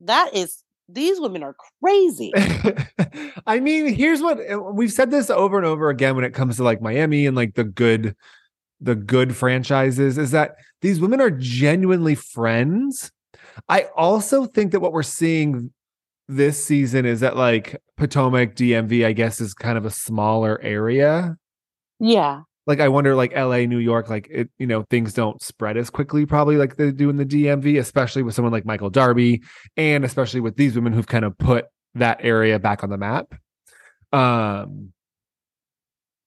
[SPEAKER 1] That is these women are
[SPEAKER 2] (laughs)
[SPEAKER 1] crazy.
[SPEAKER 2] (laughs) I mean, here's what uh, we've said this over and over again when it comes to like Miami and like the good the good franchises is that these women are genuinely friends. I also think that what we're seeing this season is that like Potomac DMV I guess is kind of a smaller area.
[SPEAKER 1] yeah.
[SPEAKER 2] Like I wonder like LA, New York like it you know things don't spread as quickly probably like they do in the DMV especially with someone like Michael Darby and especially with these women who've kind of put that area back on the map. Um,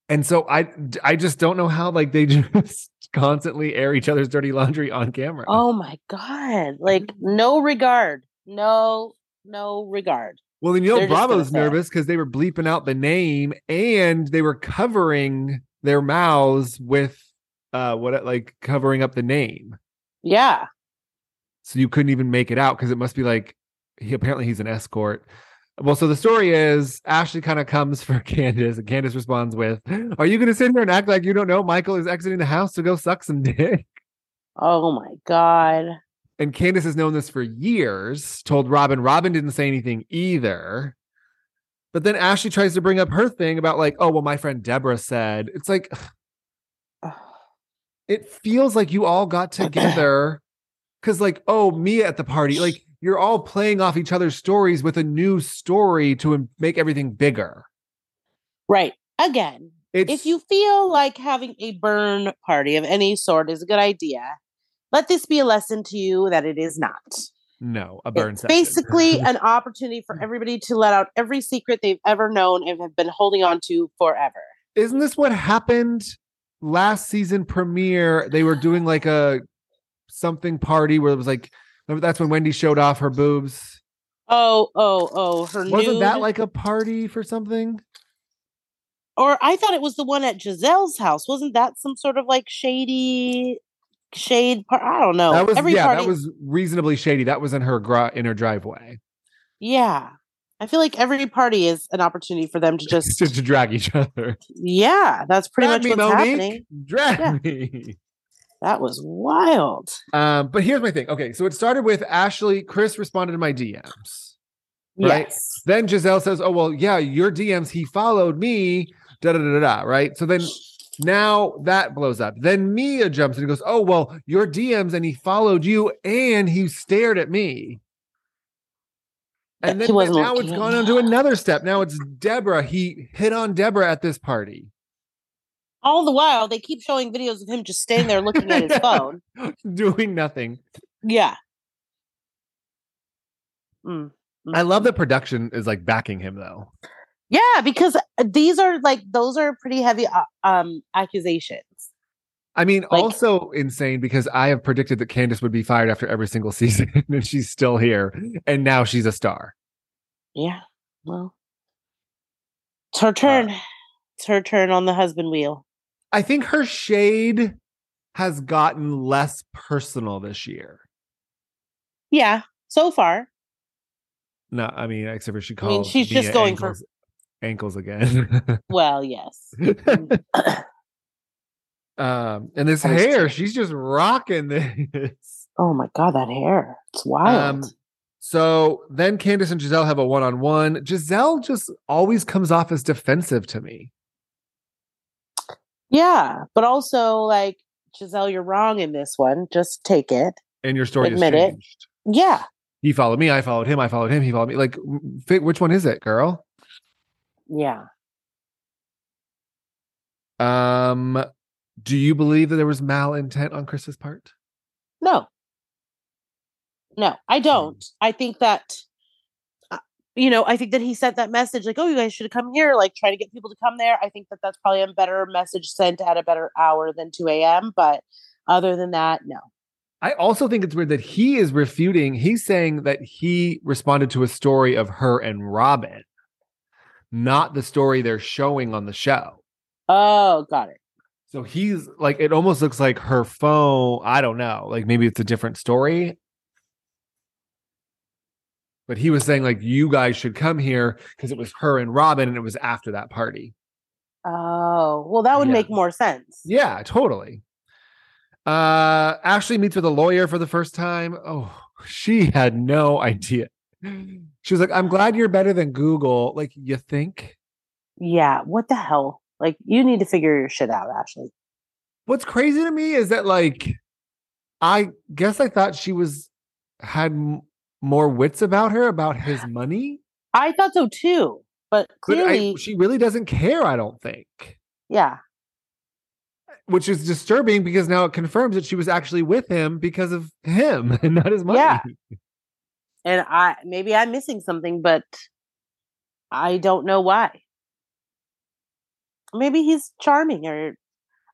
[SPEAKER 2] And so I I just don't know how like they (laughs) just constantly air each other's dirty laundry on camera.
[SPEAKER 1] Oh my god! Like no regard, no no regard.
[SPEAKER 2] Well, then you know
[SPEAKER 1] They're just gonna
[SPEAKER 2] Bravo's
[SPEAKER 1] say it.
[SPEAKER 2] nervous because they were bleeping out the name and they were covering their mouths with uh what like covering up the name.
[SPEAKER 1] Yeah,
[SPEAKER 2] So you couldn't even make it out because it must be like he apparently he's an escort. Well, so the story is Ashley kind of comes (laughs) for Candace, and Candace responds with, Are you gonna sit here and act like you don't know Michael is exiting the house to go suck some dick?
[SPEAKER 1] Oh my God.
[SPEAKER 2] and Candace has known this for years, told Robin. Robin didn't say anything either. But then Ashley tries to bring up her thing about, like, oh, well, my friend Deborah said, it's like,
[SPEAKER 1] Ugh.
[SPEAKER 2] it feels like you all
[SPEAKER 1] (clears throat)
[SPEAKER 2] got together because, like, oh, Mia at the party, like, you're all playing off each other's stories with a new story to em- make everything bigger.
[SPEAKER 1] Right. Again,
[SPEAKER 2] It's,
[SPEAKER 1] if you feel like having a burn party of any sort is a good idea, let this be a lesson to you that it is not.
[SPEAKER 2] no, a burn
[SPEAKER 1] it's
[SPEAKER 2] session. (laughs)
[SPEAKER 1] basically an opportunity for everybody to let out every secret they've ever known and have been holding on to forever.
[SPEAKER 2] isn't this what happened last season premiere? They were doing like a something party where it was like remember that's when Wendy showed off her boobs.
[SPEAKER 1] Oh, oh, oh, her
[SPEAKER 2] Wasn't that
[SPEAKER 1] nude-
[SPEAKER 2] like a party for something?
[SPEAKER 1] or I thought it was the one at Giselle's house. Wasn't that some sort of like shady shade part? I don't know.
[SPEAKER 2] that was
[SPEAKER 1] Every
[SPEAKER 2] yeah,
[SPEAKER 1] party
[SPEAKER 2] that was reasonably shady. That was in her gra- in her driveway (laughs)
[SPEAKER 1] Yeah. I feel like every party is an opportunity
[SPEAKER 2] (laughs)
[SPEAKER 1] for them to
[SPEAKER 2] just
[SPEAKER 1] just
[SPEAKER 2] to drag each other.
[SPEAKER 1] yeah, that's pretty
[SPEAKER 2] Drag
[SPEAKER 1] much what's
[SPEAKER 2] Monique.
[SPEAKER 1] happening.
[SPEAKER 2] Drag
[SPEAKER 1] Yeah.
[SPEAKER 2] me.
[SPEAKER 1] That was wild.
[SPEAKER 2] Um, but here's my thing. Okay, so it started with Ashley. Chris responded to my DMs. Right.
[SPEAKER 1] Yes.
[SPEAKER 2] Then Giselle says, "Oh well, yeah, your DMs. He followed me." Da da da da. da, Right. So then now that blows up. Then Mia jumps in and goes, "Oh well, your DMs, and he followed you, and he stared at me." And
[SPEAKER 1] He
[SPEAKER 2] then
[SPEAKER 1] wasn't
[SPEAKER 2] now
[SPEAKER 1] looking
[SPEAKER 2] it's
[SPEAKER 1] at
[SPEAKER 2] gone
[SPEAKER 1] me.
[SPEAKER 2] on to another step. Now it's Deborah. He hit on Deborah at this party. (laughs)
[SPEAKER 1] All the while they keep showing videos of him just standing there
[SPEAKER 2] (laughs)
[SPEAKER 1] looking at his phone.
[SPEAKER 2] doing nothing.
[SPEAKER 1] Yeah. Hmm.
[SPEAKER 2] I love that production is like backing him though.
[SPEAKER 1] Yeah, because uh, these are like those are pretty heavy uh, um accusations.
[SPEAKER 2] I mean,
[SPEAKER 1] Like-
[SPEAKER 2] also insane because I have predicted that Candace would be fired after every single (laughs) season, and she's still here, and now she's a star.
[SPEAKER 1] Yeah. Well. It's her turn. it's her turn on the husband wheel.
[SPEAKER 2] I think her shade has gotten less personal this year.
[SPEAKER 1] Yeah, so far.
[SPEAKER 2] No, I mean, except for she
[SPEAKER 1] I mean,
[SPEAKER 2] calls.
[SPEAKER 1] she's just
[SPEAKER 2] Mia
[SPEAKER 1] going for-
[SPEAKER 2] ankles, ankles again. (laughs)
[SPEAKER 1] Well, yes. Mm.
[SPEAKER 2] um, and this
[SPEAKER 1] That is
[SPEAKER 2] hair,
[SPEAKER 1] true.
[SPEAKER 2] she's just rocking this.
[SPEAKER 1] Oh my god, that hair. It's wild.
[SPEAKER 2] so then Candace and Giselle have a one on one. Giselle just always comes off as defensive to me.
[SPEAKER 1] yeah, but also like Giselle, you're wrong in this one. Just take it.
[SPEAKER 2] And your story
[SPEAKER 1] Admit
[SPEAKER 2] has
[SPEAKER 1] it.
[SPEAKER 2] changed.
[SPEAKER 1] Yeah.
[SPEAKER 2] He followed me. I followed him. I followed him. He followed me. Like, w- fi- which one is it, girl?
[SPEAKER 1] Yeah.
[SPEAKER 2] Um, do you believe that there was malintent on Chris's part?
[SPEAKER 1] No. No, I
[SPEAKER 2] Hmm.
[SPEAKER 1] don't. I think that uh, you know, I think that he sent that message like, "Oh, you guys should come here," like try to get people to come there. I think that that's probably a better message sent at a better hour than 2 a.m., but other than that, no.
[SPEAKER 2] I also think it's weird that he is refuting. He's saying that he responded to a story of her and Robin, not the story they're showing on the show.
[SPEAKER 1] Oh, got it.
[SPEAKER 2] So he's like, it almost looks like her phone. I don't know. Like maybe it's a different story. But he was saying, like, you guys should come here because it was her and Robin and it was after that party.
[SPEAKER 1] Oh, well, that would
[SPEAKER 2] Yeah.
[SPEAKER 1] make more sense.
[SPEAKER 2] Yeah, totally. Uh Ashley meets with a lawyer for the first time. Oh, she had no (laughs) idea. She was like, I'm glad you're better than Google. Like, you think?
[SPEAKER 1] Yeah, what the hell? Like, you need to figure your shit out, Ashley.
[SPEAKER 2] what's crazy to me is that like i guess i thought she was had m- more wits about her about
[SPEAKER 1] (sighs)
[SPEAKER 2] his money
[SPEAKER 1] I thought so too, but
[SPEAKER 2] but
[SPEAKER 1] clearly,
[SPEAKER 2] I, she really doesn't care i don't think
[SPEAKER 1] yeah,
[SPEAKER 2] which is disturbing because now it confirms that she was actually with him because of him (laughs) and not his money
[SPEAKER 1] Yeah. and I maybe I'm missing something, but I don't know why. Maybe he's charming or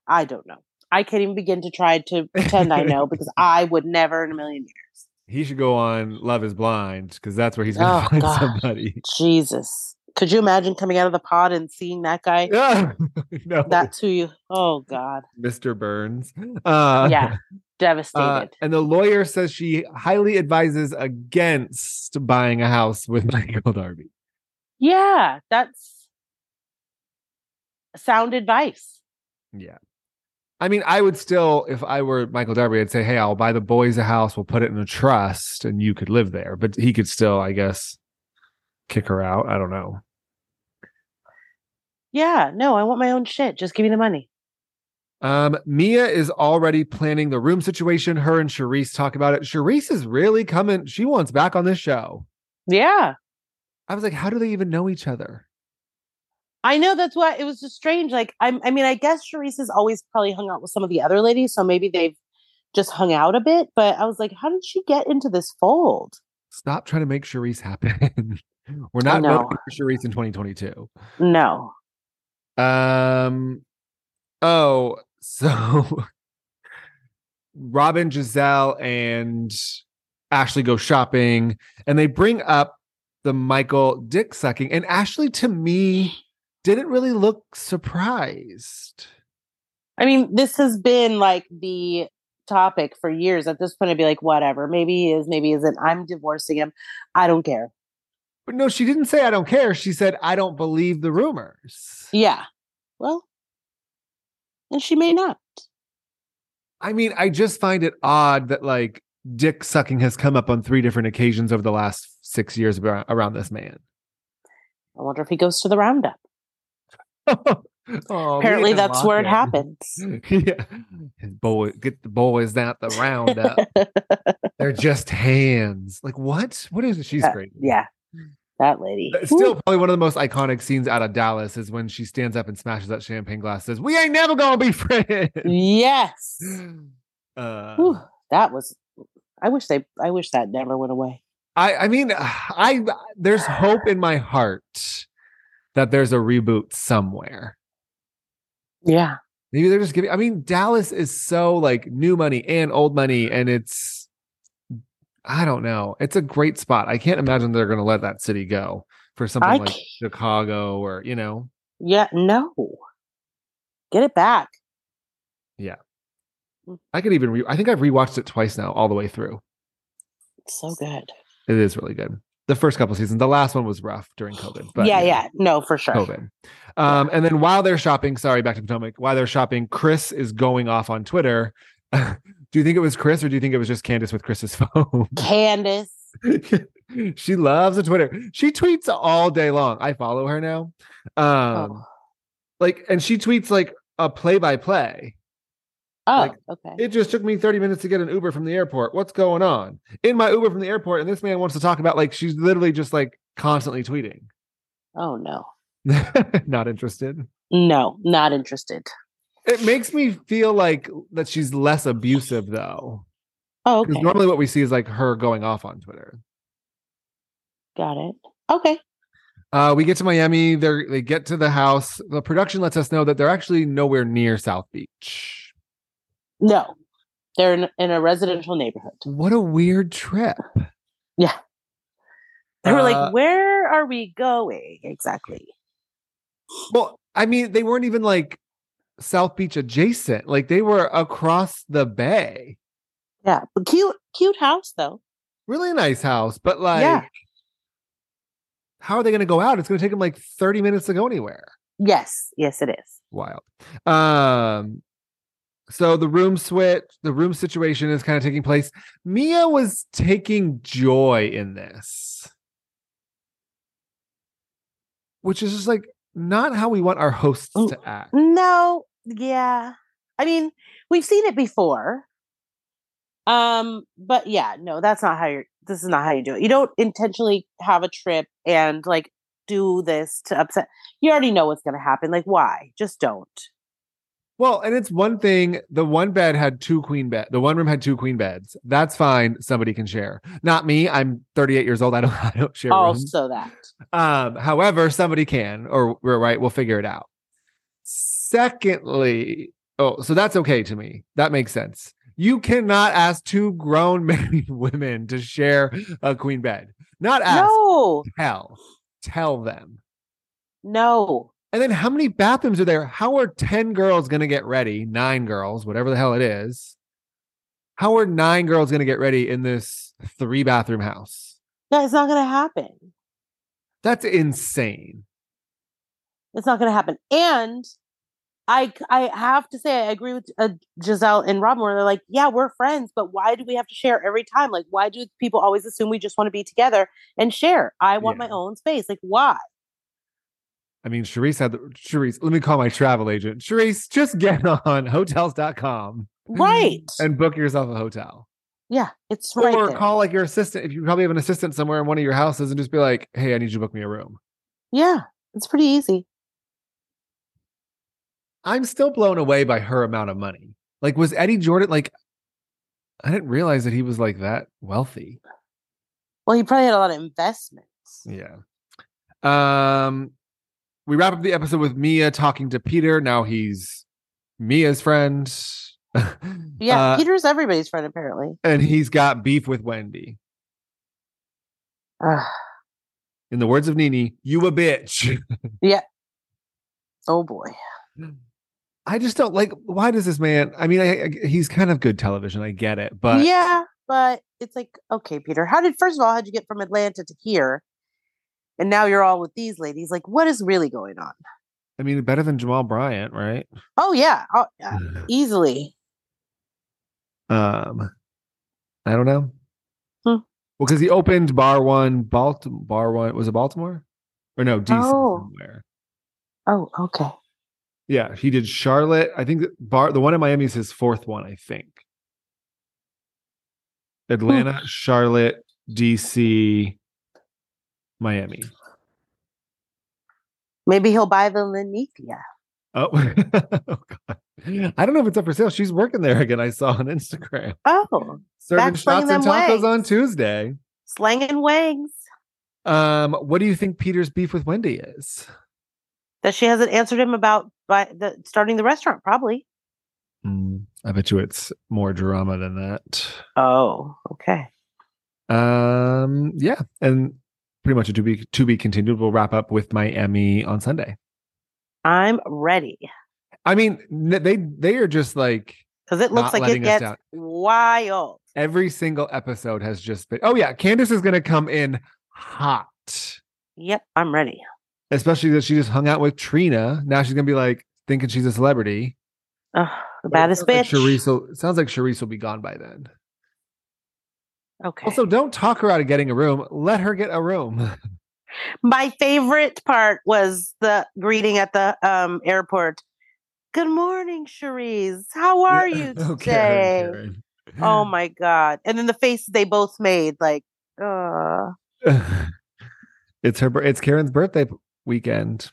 [SPEAKER 1] I don't know. I can't even begin to try to pretend I know because I would never in a million years.
[SPEAKER 2] He should go on Love is Blind because that's where he's going to (laughs)
[SPEAKER 1] Oh,
[SPEAKER 2] find
[SPEAKER 1] God.
[SPEAKER 2] somebody.
[SPEAKER 1] Jesus. Could you imagine coming out of the pod and seeing that guy?
[SPEAKER 2] Ah, (laughs) no,
[SPEAKER 1] That's who you oh God.
[SPEAKER 2] Uh Mr. Burns. Uh,
[SPEAKER 1] Yeah.
[SPEAKER 2] uh,
[SPEAKER 1] Devastated.
[SPEAKER 2] and the lawyer says she highly advises against buying a house with (laughs) Michael Darby.
[SPEAKER 1] yeah, that's sound advice.
[SPEAKER 2] Yeah. I mean, I would still, if I were Michael Darby, I'd say, hey, I'll buy the boys a house. We'll put it in a trust and you could live there. But he could still, I guess, kick her out. I don't know.
[SPEAKER 1] Yeah, no, I want my own shit. Just give me the money.
[SPEAKER 2] Um, Mia is already planning the room situation. Her and Charisse talk about it. Charisse is really coming. She wants back on this show.
[SPEAKER 1] Yeah.
[SPEAKER 2] I was like, how do they even know each other?
[SPEAKER 1] I know that's why it was just strange. Like, I'm, I mean, I guess Charisse has always probably hung out with some of the other ladies, so maybe they've just hung out a bit. But I was like, how did she get into this fold?
[SPEAKER 2] Stop trying to make Charisse happen. (laughs) We're not
[SPEAKER 1] know.
[SPEAKER 2] voting for Charisse in 2022.
[SPEAKER 1] No,
[SPEAKER 2] Um. Oh, so Robin, Giselle, and Ashley go shopping, and they bring up the Michael dick sucking, and Ashley to me didn't really look surprised.
[SPEAKER 1] I mean, this has been like the topic for years. At this point, I'd be like, whatever. Maybe he is, maybe he isn't. I'm divorcing him. I don't care.
[SPEAKER 2] But no, she didn't say I don't care. She said I don't believe the rumors.
[SPEAKER 1] Yeah. Well, and she may not.
[SPEAKER 2] I mean, I just find it odd that like dick sucking has come up on three different occasions over the last six years abou- around this man.
[SPEAKER 1] I wonder if he goes to the roundup.
[SPEAKER 2] (laughs) Oh, we
[SPEAKER 1] Apparently,
[SPEAKER 2] didn't
[SPEAKER 1] that's
[SPEAKER 2] lock
[SPEAKER 1] where it
[SPEAKER 2] him.
[SPEAKER 1] happens.
[SPEAKER 2] (laughs) yeah. His boy, get the boys out the
[SPEAKER 1] (laughs)
[SPEAKER 2] roundup. They're just hands. Like what? What is it? She's
[SPEAKER 1] That-
[SPEAKER 2] great.
[SPEAKER 1] Uh, yeah. That lady.
[SPEAKER 2] That's Still, probably one of the most iconic scenes out of Dallas is when she stands up and smashes that champagne glass. Says, "We ain't never gonna be (laughs) friends."
[SPEAKER 1] Yes.
[SPEAKER 2] Uh,
[SPEAKER 1] Mm. Whew, that was. I wish they. I wish that never went away.
[SPEAKER 2] I, I mean, uh, I there's hope in my heart that there's a reboot somewhere.
[SPEAKER 1] Yeah.
[SPEAKER 2] Maybe they're just giving. I mean, Dallas is so like new money and old money, and it's I don't know. It's a great spot. I can't imagine they're going to let that city go for something
[SPEAKER 1] I
[SPEAKER 2] like
[SPEAKER 1] c-
[SPEAKER 2] Chicago or you know.
[SPEAKER 1] Yeah. No. Get it back.
[SPEAKER 2] I could even. Re- I think I've rewatched it twice now, all the way through.
[SPEAKER 1] It's so good.
[SPEAKER 2] It is really good. The first couple seasons. The last one was rough during COVID. But
[SPEAKER 1] yeah,
[SPEAKER 2] you know,
[SPEAKER 1] yeah. No, for sure.
[SPEAKER 2] COVID. Um, and then while they're shopping, sorry, back to Potomac. While they're shopping, Chris is going off on Twitter. (laughs) do you think it was Chris or do you think it was just Candace with Chris's (laughs) phone?
[SPEAKER 1] Candace.
[SPEAKER 2] (laughs) she loves a Twitter. She tweets all day long. I follow her now. Um,
[SPEAKER 1] oh.
[SPEAKER 2] like, and she tweets like a play by play.
[SPEAKER 1] Oh,
[SPEAKER 2] like-
[SPEAKER 1] okay.
[SPEAKER 2] It just took me 30 minutes to get an Uber from the airport. What's going on? In my Uber from the airport, and this man wants to talk about like she's literally just like constantly tweeting. (laughs)
[SPEAKER 1] Oh no.
[SPEAKER 2] Not interested.
[SPEAKER 1] No, not interested.
[SPEAKER 2] It makes me feel like that she's less abusive though.
[SPEAKER 1] Oh,
[SPEAKER 2] Because
[SPEAKER 1] okay.
[SPEAKER 2] normally what we see is like her going off on Twitter.
[SPEAKER 1] Got it. Okay.
[SPEAKER 2] Uh, we get to Miami. They are they get to the house. The production lets us know that they're actually nowhere near South Beach.
[SPEAKER 1] No, they're in, in a residential neighborhood.
[SPEAKER 2] What a weird trip.
[SPEAKER 1] They were
[SPEAKER 2] Uh,
[SPEAKER 1] like, "Where are we going exactly?"
[SPEAKER 2] Well, I mean, they weren't even like South Beach adjacent. Like they were across the bay.
[SPEAKER 1] Yeah, but cute, cute house though.
[SPEAKER 2] Really nice house, but like,
[SPEAKER 1] Yeah.
[SPEAKER 2] how are they going to go out? It's going to take them like thirty minutes to go anywhere.
[SPEAKER 1] Yes, yes, it is.
[SPEAKER 2] wild. Um, so the room switch, the room situation is kind of taking place. Mia was taking joy in this, which is just like not how we want our hosts
[SPEAKER 1] Oh.
[SPEAKER 2] to act.
[SPEAKER 1] No, yeah. I mean, we've seen it before. Um, but yeah, no, that's not how you're this is not how you do it. You don't intentionally have a trip and like do this to upset you already know what's gonna happen. Like, why? Just don't.
[SPEAKER 2] Well, and it's one thing. The one bed had two queen bed. The one room had two queen beds. That's fine. Somebody can share. Not me. I'm 38 years old. I don't. (laughs) I don't
[SPEAKER 1] Oh,
[SPEAKER 2] share rooms.
[SPEAKER 1] Also that.
[SPEAKER 2] Um, however, somebody can, or we're right, we'll figure it out. Secondly, oh, so that's okay to me. That makes sense. You cannot ask two grown (laughs) married women to share a queen bed. Not ask,
[SPEAKER 1] No,
[SPEAKER 2] tell. Tell them.
[SPEAKER 1] no.
[SPEAKER 2] And then how many bathrooms are there? How are 10 girls going to get ready? Nine girls, whatever the hell it is. How are nine girls going to get ready in this three bathroom house?
[SPEAKER 1] That's not going to happen.
[SPEAKER 2] That's insane.
[SPEAKER 1] It's not going to happen. And I, I have to say, I agree with uh, Giselle and Robin where they're like, yeah, we're friends, but why do we have to share every time? Like, why do people always assume we just want to be together and share? I want
[SPEAKER 2] Yeah.
[SPEAKER 1] my own space. Like, why?
[SPEAKER 2] I mean, Charisse had the Charisse. Let me call my travel agent. Charisse, just get (laughs) on hotels.com
[SPEAKER 1] Right.
[SPEAKER 2] Mm-hmm. and book yourself a hotel.
[SPEAKER 1] yeah. It's right.
[SPEAKER 2] or
[SPEAKER 1] there.
[SPEAKER 2] call like your assistant. If you probably have an assistant somewhere in one of your houses and just be like, hey, I need you to book me a room.
[SPEAKER 1] yeah. It's pretty easy.
[SPEAKER 2] I'm still blown away by her amount of money. Like, was Eddie Jordan like, I didn't realize that he was like that wealthy.
[SPEAKER 1] Well, he probably had a lot of investments.
[SPEAKER 2] Yeah. Um, we wrap up the episode with Mia talking to Peter. Now he's Mia's friend. (laughs)
[SPEAKER 1] Yeah.
[SPEAKER 2] Uh,
[SPEAKER 1] Peter's everybody's friend, apparently.
[SPEAKER 2] and he's got beef with Wendy.
[SPEAKER 1] Ugh.
[SPEAKER 2] In the words of Nini, you a bitch. (laughs)
[SPEAKER 1] oh, boy.
[SPEAKER 2] I just don't like. Why does this man? I mean, I, I, he's kind of good television. I get it, but
[SPEAKER 1] yeah, but it's like, okay, Peter, how did first of all, how'd you get from Atlanta to here? And now you're all with these ladies. Like, what is really going on?
[SPEAKER 2] I mean, better than Jamal Bryant, right?
[SPEAKER 1] Oh yeah, oh,
[SPEAKER 2] Mm.
[SPEAKER 1] yeah, easily.
[SPEAKER 2] Um, I don't know.
[SPEAKER 1] Hmm.
[SPEAKER 2] Well, because he opened bar one, Baltimore. Bar one was it Baltimore, or no DC
[SPEAKER 1] Oh.
[SPEAKER 2] somewhere.
[SPEAKER 1] Oh, okay.
[SPEAKER 2] Yeah, he did Charlotte. I think that bar the one in Miami is his fourth one. I think Atlanta, Charlotte, DC, Miami.
[SPEAKER 1] Maybe he'll buy the Lenithia.
[SPEAKER 2] Oh, (laughs) oh God. I don't know if it's up for sale. She's working there again. I saw on Instagram
[SPEAKER 1] Oh,
[SPEAKER 2] serving
[SPEAKER 1] Back slinging
[SPEAKER 2] shots and
[SPEAKER 1] them
[SPEAKER 2] tacos
[SPEAKER 1] legs.
[SPEAKER 2] on Tuesday.
[SPEAKER 1] slanging wings.
[SPEAKER 2] Um, what do you think Peter's beef with Wendy is?
[SPEAKER 1] That she hasn't answered him about by the starting the restaurant, probably.
[SPEAKER 2] Hmm, I bet you it's more drama than that.
[SPEAKER 1] Oh, okay.
[SPEAKER 2] Um, yeah, and pretty much a to be to be continued. We'll wrap up with Miami on Sunday.
[SPEAKER 1] I'm ready
[SPEAKER 2] I mean, n- they they are just like
[SPEAKER 1] because it
[SPEAKER 2] Not
[SPEAKER 1] looks like it
[SPEAKER 2] letting us
[SPEAKER 1] gets
[SPEAKER 2] down.
[SPEAKER 1] wild.
[SPEAKER 2] every single episode has just been. Oh yeah, Candace is going to come in hot,
[SPEAKER 1] Yep, I'm ready.
[SPEAKER 2] especially that she just hung out with Trina. Now she's going to be like thinking she's a celebrity.
[SPEAKER 1] Ugh,
[SPEAKER 2] But
[SPEAKER 1] the
[SPEAKER 2] it
[SPEAKER 1] baddest
[SPEAKER 2] sounds like
[SPEAKER 1] bitch.
[SPEAKER 2] Charisse will- it sounds like Charisse will be gone by then.
[SPEAKER 1] okay.
[SPEAKER 2] Also, don't talk her out of getting a room. Let her get a room.
[SPEAKER 1] My favorite part was the greeting at the um, airport. Good morning, Cherise. How
[SPEAKER 2] (laughs)
[SPEAKER 1] are you today? Oh my god! And then the face they both made, like, uh,
[SPEAKER 2] it's her. bir- It's Karen's birthday p- weekend.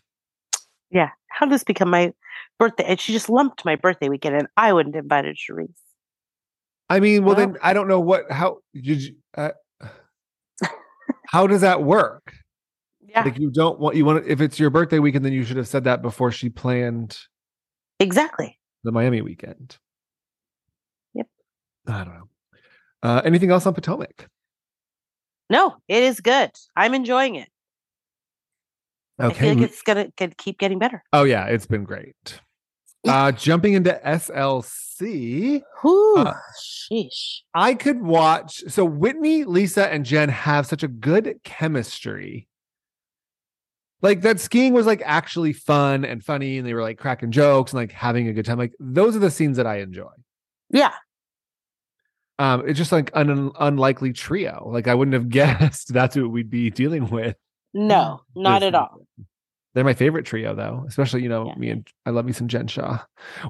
[SPEAKER 1] yeah. How did this become my birthday? And she just lumped my birthday weekend, and I wouldn't have invited Cherise.
[SPEAKER 2] I mean, well,
[SPEAKER 1] Well-
[SPEAKER 2] then I don't know what. How did you? Uh, how does that work?
[SPEAKER 1] (laughs) Yeah,
[SPEAKER 2] Like you don't want you want if it's your birthday weekend, then you should have said that before she planned
[SPEAKER 1] exactly.
[SPEAKER 2] the Miami weekend.
[SPEAKER 1] Yep.
[SPEAKER 2] I don't know. Uh, anything else on Potomac?
[SPEAKER 1] No, it is good. I'm enjoying it. I feel
[SPEAKER 2] Okay.
[SPEAKER 1] like it's gonna could keep getting better.
[SPEAKER 2] oh yeah, it's been great. Uh, jumping into SLC,
[SPEAKER 1] Whew,
[SPEAKER 2] Uh,
[SPEAKER 1] sheesh.
[SPEAKER 2] I could watch. So Whitney, Lisa, and Jen have such a good chemistry. Like that skiing was like actually fun and funny, and they were like cracking jokes and like having a good time. Like those are the scenes that I enjoy.
[SPEAKER 1] Yeah,
[SPEAKER 2] Um, it's just like an un- unlikely trio. Like I wouldn't have (laughs) guessed that's what we'd be dealing with.
[SPEAKER 1] no, not
[SPEAKER 2] This
[SPEAKER 1] at all.
[SPEAKER 2] They're my favorite trio, though. Especially you know
[SPEAKER 1] Yeah.
[SPEAKER 2] me and I love me some Jen Shaw.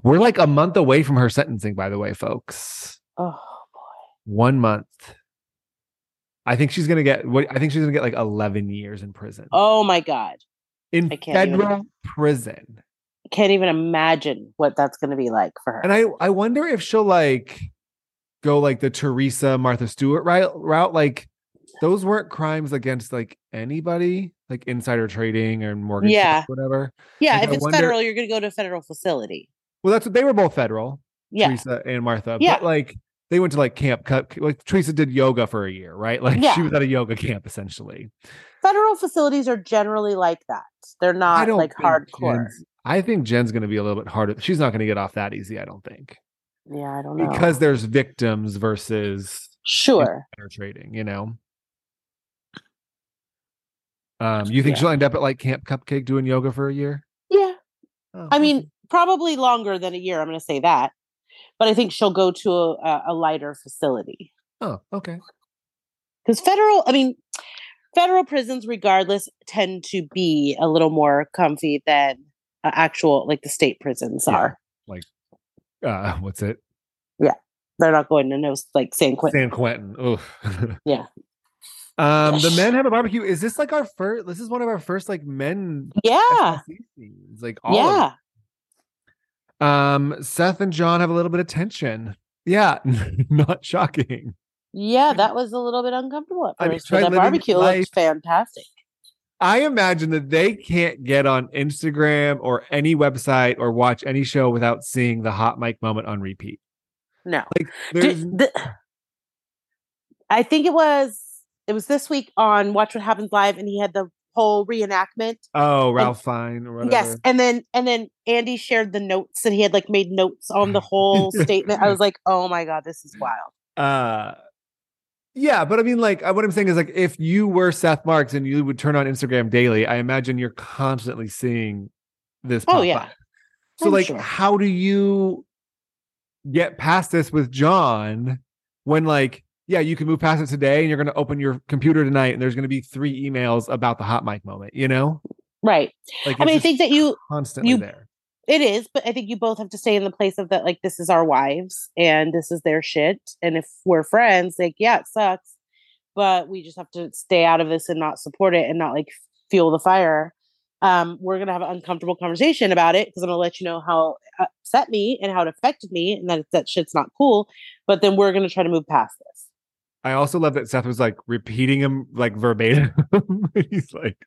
[SPEAKER 2] We're like a month away from her sentencing, by the way, folks.
[SPEAKER 1] Oh
[SPEAKER 2] One month. I think she's gonna get. What I think she's gonna get like eleven years in prison
[SPEAKER 1] Oh my god.
[SPEAKER 2] in
[SPEAKER 1] I can't even-
[SPEAKER 2] federal prison.
[SPEAKER 1] can't even imagine what that's going to be like for her.
[SPEAKER 2] And I I wonder if she'll like go like the Teresa Martha Stewart ri- route, like those weren't crimes against like anybody, like insider trading or mortgage,
[SPEAKER 1] Yeah.
[SPEAKER 2] fraud, whatever.
[SPEAKER 1] Yeah,
[SPEAKER 2] Like,
[SPEAKER 1] if
[SPEAKER 2] I
[SPEAKER 1] it's
[SPEAKER 2] wonder-
[SPEAKER 1] federal, you're going to go to a federal facility.
[SPEAKER 2] Well, that's what they were both federal,
[SPEAKER 1] Yeah.
[SPEAKER 2] Teresa and Martha.
[SPEAKER 1] Yeah.
[SPEAKER 2] But like they went to like camp, cut- like Teresa did yoga for a year, right? (laughs) Like
[SPEAKER 1] Yeah.
[SPEAKER 2] she was at a yoga camp essentially.
[SPEAKER 1] Federal facilities are generally like that. They're not like
[SPEAKER 2] think
[SPEAKER 1] hardcore.
[SPEAKER 2] Jen's- I think Jen's going to be a little bit harder. She's not going to get off that easy, I don't think,
[SPEAKER 1] Yeah, I don't know.
[SPEAKER 2] because there's victims versus
[SPEAKER 1] sure.
[SPEAKER 2] insider trading, you know. Um, you think
[SPEAKER 1] Yeah.
[SPEAKER 2] she'll end up at like Camp Cupcake doing yoga for a year?
[SPEAKER 1] Yeah.
[SPEAKER 2] Oh, (laughs)
[SPEAKER 1] I mean, probably longer than a year. I'm going to say that. But I think she'll go to a, a- a lighter facility.
[SPEAKER 2] oh, okay.
[SPEAKER 1] Because federal, I mean, federal prisons, regardless, tend to be a little more comfy than uh, actual, like the state prisons
[SPEAKER 2] Yeah.
[SPEAKER 1] are.
[SPEAKER 2] Uh, (laughs) what's it?
[SPEAKER 1] They're not going to no, like, San Quentin.
[SPEAKER 2] San Quentin. Oof. (laughs)
[SPEAKER 1] Yeah.
[SPEAKER 2] Um, the men have a barbecue. Is this like our first? This is one of our first like men.
[SPEAKER 1] Yeah.
[SPEAKER 2] SLC scenes, Like all of
[SPEAKER 1] Yeah.
[SPEAKER 2] them. um, Seth and John have a little bit of tension. Yeah, (laughs) not shocking.
[SPEAKER 1] Yeah. That was a little bit uncomfortable at
[SPEAKER 2] I mean,
[SPEAKER 1] first.
[SPEAKER 2] try
[SPEAKER 1] but that
[SPEAKER 2] living your
[SPEAKER 1] barbecue
[SPEAKER 2] life.
[SPEAKER 1] looked fantastic.
[SPEAKER 2] I imagine that they can't get on Instagram or any website or watch any show without seeing the hot mic moment on repeat.
[SPEAKER 1] No.
[SPEAKER 2] There's
[SPEAKER 1] Did- the- I think it was it was this week on Watch What Happens Live, and he had the whole reenactment.
[SPEAKER 2] oh Ralph Fine or whatever.
[SPEAKER 1] Yes, and then and then Andy shared the notes, and he had like made notes on
[SPEAKER 2] (laughs)
[SPEAKER 1] the whole statement. I was like, oh my god, this is wild.
[SPEAKER 2] uh yeah but i mean like I- what i'm saying is like if you were seth marks and you would turn on instagram daily i imagine you're constantly seeing this
[SPEAKER 1] Oh
[SPEAKER 2] pop
[SPEAKER 1] yeah,
[SPEAKER 2] up. so
[SPEAKER 1] I'm
[SPEAKER 2] like
[SPEAKER 1] sure.
[SPEAKER 2] how do you get past this with john when like yeah you can move past it today and you're going to open your computer tonight and there's going to be three emails about the hot mic moment you know
[SPEAKER 1] right.
[SPEAKER 2] like
[SPEAKER 1] I
[SPEAKER 2] it's
[SPEAKER 1] mean, I
[SPEAKER 2] just
[SPEAKER 1] think that you
[SPEAKER 2] constantly
[SPEAKER 1] you-
[SPEAKER 2] there
[SPEAKER 1] it is, but I think you both have to stay in the place of that. Like this is our wives, and this is their shit. And if we're friends, like yeah, it sucks, but we just have to stay out of this and not support it and not like fuel the fire. Um, we're gonna have an uncomfortable conversation about it because I'm gonna let you know how it upset me and how it affected me, and that that shit's not cool. But then we're gonna try to move past this.
[SPEAKER 2] I also love that Seth was like repeating him like verbatim. (laughs) He's like,